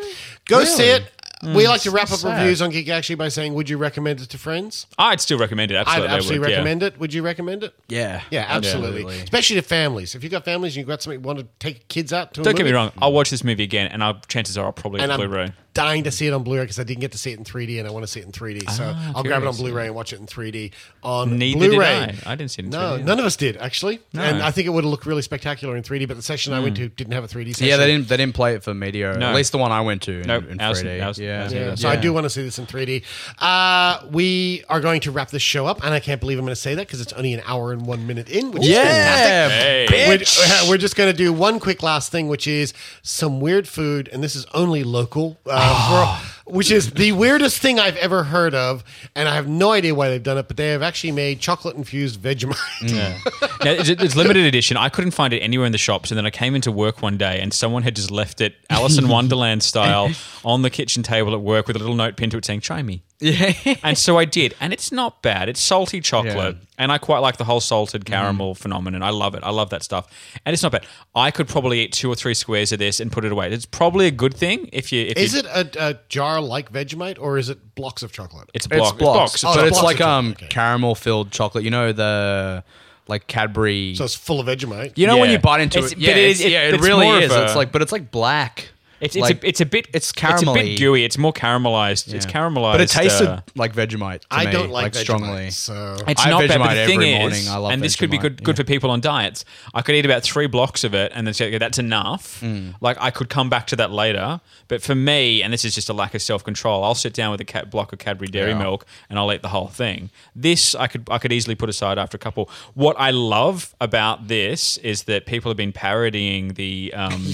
A: go see it. we like to wrap up
B: sad.
A: reviews on Geek Actually by saying, "Would you recommend it to friends?"
C: I'd still recommend it. Absolutely,
A: I'd absolutely
C: would, yeah.
A: recommend it. Would you recommend it?
B: Yeah,
A: Yeah, absolutely.
B: absolutely.
A: Especially to families. If you've got families and you've got something want to take kids out to a
C: Don't get me
A: movie,
C: wrong. I'll watch this movie again, and I'll, chances are I'll probably
A: And
C: get
A: I'm
C: Blu-ray.
A: dying to see it on Blu-ray because I didn't get to see it in 3D and I want to see it in 3D. So I'll grab it on
C: Ah, curious.
A: Blu-ray and watch it in 3D on
C: Neither did
A: Blu-ray.
C: I. I didn't see it in
A: No,
C: 3D.
A: none of us did actually. And I think it would have looked really spectacular in 3D. But the session I went
C: Hmm.
A: to didn't have a 3D session.
B: Yeah, they didn't. They didn't play it for media.
C: No.
B: At least the one I went to. In,
C: Nope,
B: in
C: ours-
B: 3D.
C: ours-
B: yeah.
C: ours-
A: Yeah,
C: Yeah.
A: so I do want to see this in 3D. Uh, we are going to wrap this show up, and I can't believe I'm going to say that because it's only an hour and one minute in, which is fantastic.
B: Yeah,
C: Hey.
A: We're,
B: bitch.
A: uh, we're just going to do one quick last thing, which is some weird food, and this is only local, uh,
B: Ah.
A: for- which is the weirdest thing I've ever heard of, and I have no idea why they've done it, but they have actually made chocolate infused Vegemite.
C: Now, it's, it's limited edition. I couldn't find it anywhere in the shops, and then I came into work one day, and someone had just
A: (laughs)
C: left it Alice in Wonderland style on the kitchen table at work with a little note pinned to it saying "Try me."
B: Yeah.
C: And so I did, and it's not bad. It's salty chocolate,
B: Yeah.
C: and I quite like the whole
A: Mm-hmm.
C: salted caramel phenomenon. I love it. I love that stuff, and it's not bad. I could probably eat two or three squares of this and put it away. It's probably a good thing if you.
A: (laughs)
C: If
A: Is
C: you,
A: it a, a jar like Vegemite, or is it blocks of chocolate?
C: It's a
B: It's
C: block.
B: blocks,
C: It's box.
B: but
A: Oh,
B: it's
A: blocks
B: like
A: of
B: um
A: chocolate, okay.
B: caramel filled chocolate. You know the like Cadbury.
A: So it's full of Vegemite.
B: you know when
C: Yeah.
B: you bite into
C: It's-
B: it,
C: but
B: yeah,
C: it
B: it's,
C: is- it-
B: yeah, it
C: it's
B: really
C: more of
B: is.
C: a-
B: it's like, but it's like black.
C: It's,
B: Like,
C: it's, a, it's a bit
B: It's
C: It's a
B: caramelly.
C: bit gooey. It's more caramelized. It's
B: Yeah.
C: caramelized.
B: but it tasted
C: uh,
B: like Vegemite. To
A: I
B: me,
A: don't like, Vegemite,
B: strongly.
A: So
C: It's
B: I
C: not bad, but
B: Vegemite
C: the thing
B: every
C: is,
B: morning. I love
C: and this could be
B: Vegemite,
C: good, good
B: yeah.
C: for people on diets. I could eat about three blocks of it and then say, okay, that's enough.
B: Mm.
C: Like, I could come back to that later. But for me, and this is just a lack of self control, I'll sit down with a cat block of Cadbury Dairy
B: Yeah.
C: Milk and I'll eat the whole thing. This, I could, I could easily put aside after a couple. What I love about this is that people have been parodying the,
B: (laughs)
C: um,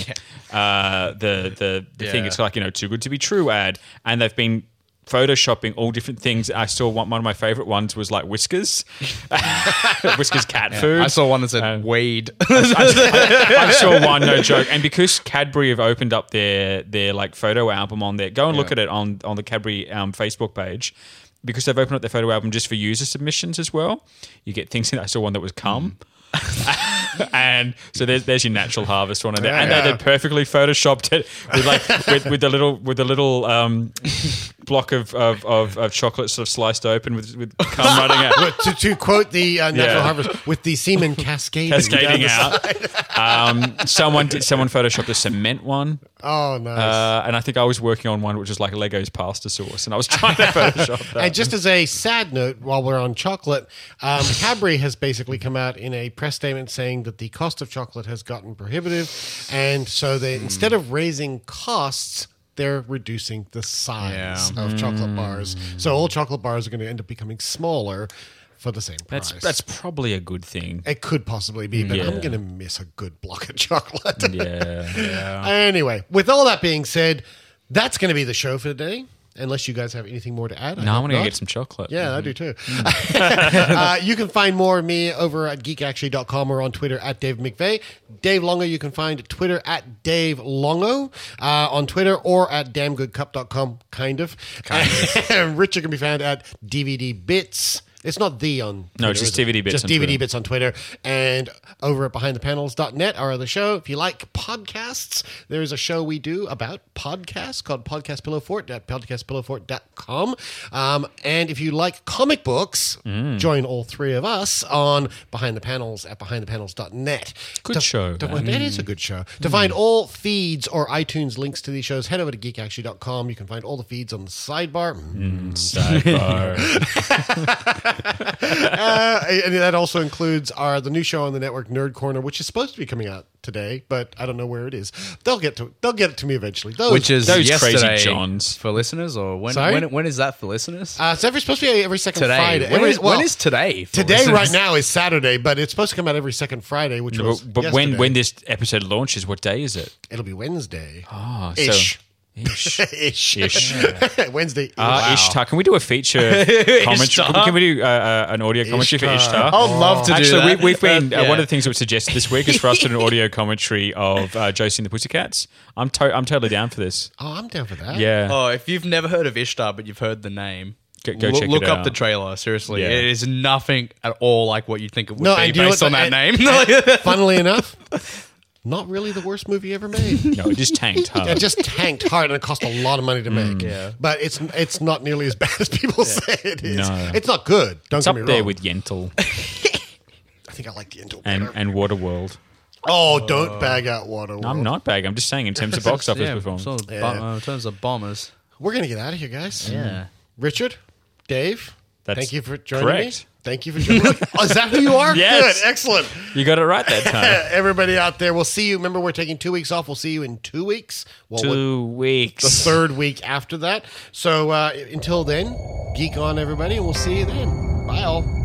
C: uh, the, the, the thing.
B: Yeah.
C: It's like, you know, too good to be true ad. And they've been. Photoshopping all different things. I saw one, one of my favorite ones was like whiskers. (laughs) Whiskers cat food.
B: I saw one that said
C: Um,
A: (laughs)
B: weed.
C: I saw one, no joke. And because Cadbury have opened up their their like photo album on there, go and look
B: Yeah.
C: at it on on the Cadbury um, Facebook page. Because they've opened up their photo album just for user submissions as well. You get things. (laughs) I saw one that was cum. (laughs) and so there's, there's your natural harvest one in there, and they
A: Yeah.
C: did perfectly photoshopped it with like with, with the little with the little um, (laughs) block of, of, of, of chocolate sort of sliced open with with cum running out.
A: to, to quote the uh, natural
C: Yeah.
A: harvest with the
C: (laughs)
A: semen cascading, down
C: cascading
A: the side.
C: out. Um, someone did, someone photoshopped a cement one,
A: Oh, nice.
C: uh, and I think I was working on one which is like Lego's pasta sauce, and I was trying to (laughs) photoshop that.
A: And just as a sad note, while we're on chocolate, um, Cadbury has basically come out in a press statement saying that the cost of chocolate has gotten prohibitive, and so they
C: Hmm.
A: instead of raising costs. They're reducing the size of
C: Hmm.
A: chocolate bars, so all chocolate bars are going to end up becoming smaller for the same price.
C: that's that's probably a good thing.
A: it could possibly be, but I'm
C: Yeah.
A: going to miss a good block of chocolate.
C: Yeah,
A: anyway, with all that being said, that's going to be the show for today. Unless you guys have anything more to add, I
C: no, I'm
A: hope
C: gonna go
A: not.
C: get some Mm-hmm. Mm. chocolate.
A: Yeah, I do too. (laughs) uh, you can find more of me over at geekactually.com or on Twitter at Dave McVeigh. Dave Longo, you can find at Twitter at Dave Longo uh, on Twitter or at damngoodcup.com, kind of. Kind (laughs) of. Richard can be found at DVD Bits. It's not the on.
C: No, it's
A: Twitter,
C: just
A: is it?
C: DVD Bits
A: Just
C: on
A: DVD
C: Twitter.
A: Bits on Twitter and over at behindthepanels.net, our other show. If you like podcasts, there is a show we do about podcasts called Podcast Pillow Fort at podcastpillowfort.com. Um, and if you like comic books,
C: Mm.
A: join all three of us on Behind the Panels at behindthepanels.net.
C: Good
A: To-
C: show,
A: to-
C: man. Mm.
A: it is a good show. To find all feeds or iTunes links to these shows, head over to geekactually.com. You can find all the feeds on the sidebar. (laughs)
C: Sidebar.
A: Uh, and that also includes our the new show on the network, Nerd Corner, which is supposed to be coming out today, but I don't know where it is. They'll get to they'll get it to me eventually. Those,
B: Which is
C: Those crazy
B: yesterday
C: Johns.
B: for listeners, or when,
A: Sorry?
B: when? When is that for listeners?
A: uh, it's every supposed to be every second
B: today.
A: Friday.
B: When
A: Every-
B: is-
A: well,
B: when is today? for
A: Today,
B: listeners?
A: right now, is Saturday, but it's supposed to come out every second Friday, which was
C: but but when
A: yesterday.
C: when this episode launches, what day is it?
A: it'll be Wednesday.
B: Ah,
C: Oh, so-
A: ish. (laughs)
C: Ish.
A: ish.
C: Ish.
A: (laughs) Wednesday.
C: Uh,
A: ish.
C: Ishtar. Can we do
A: (laughs)
C: a feature commentary? Can we do uh, uh, an audio commentary for Ishtar?
B: I'd love to do
C: Actually,
B: that.
C: we, we've been
B: That-
C: uh, one
B: Oh. (laughs) yeah.
C: of the things that was suggested this week is for us to do an audio commentary of uh, Josie and the Pussycats. I'm to- I'm totally down for this.
A: Oh, I'm down for that.
C: Yeah,
B: Oh, if you've never heard of Ishtar, but you've heard the name,
C: Go- go
B: loo-
C: check it
B: look up
C: out.
B: the trailer. Seriously,
C: Yeah.
B: it is nothing at all like what you think it would
A: No,
B: be
A: and you know
B: based
A: what
B: on
A: the-
B: that
A: and-
B: name. (laughs)
A: Funnily enough, not really the worst movie ever made.
C: no, it just
A: (laughs)
C: tanked. Hard.
A: It just tanked hard, and it cost a lot of money to
C: Mm,
A: make. But it's it's not nearly as bad as people say it is.
C: No.
A: It's not good. Don't
C: it's
A: get
C: up
A: me wrong.
C: there with Yentl
A: I think I like the Intel
C: and
A: better.
C: and Waterworld.
A: oh, don't bag out water.
C: I'm not bag. I'm just saying in terms of box office
B: yeah,
C: performance.
B: sort of bum- uh, in terms of bombers.
A: We're gonna get out of here, guys.
B: Yeah.
A: Richard, Dave,
C: That's
A: thank you for joining
C: correct.
A: me. Thank you for joining.
C: (laughs)
A: me. Oh, is that who you are?
C: Yes. Uh,
A: Good. Excellent.
C: You got it right
A: (laughs)
C: that time.
A: Everybody out there, we'll see you. Remember, we're taking two weeks off. We'll see you in two weeks. Well, what-
C: Two weeks.
A: the third week after that. So uh, until then, geek on, everybody, and we'll see you then. Bye all.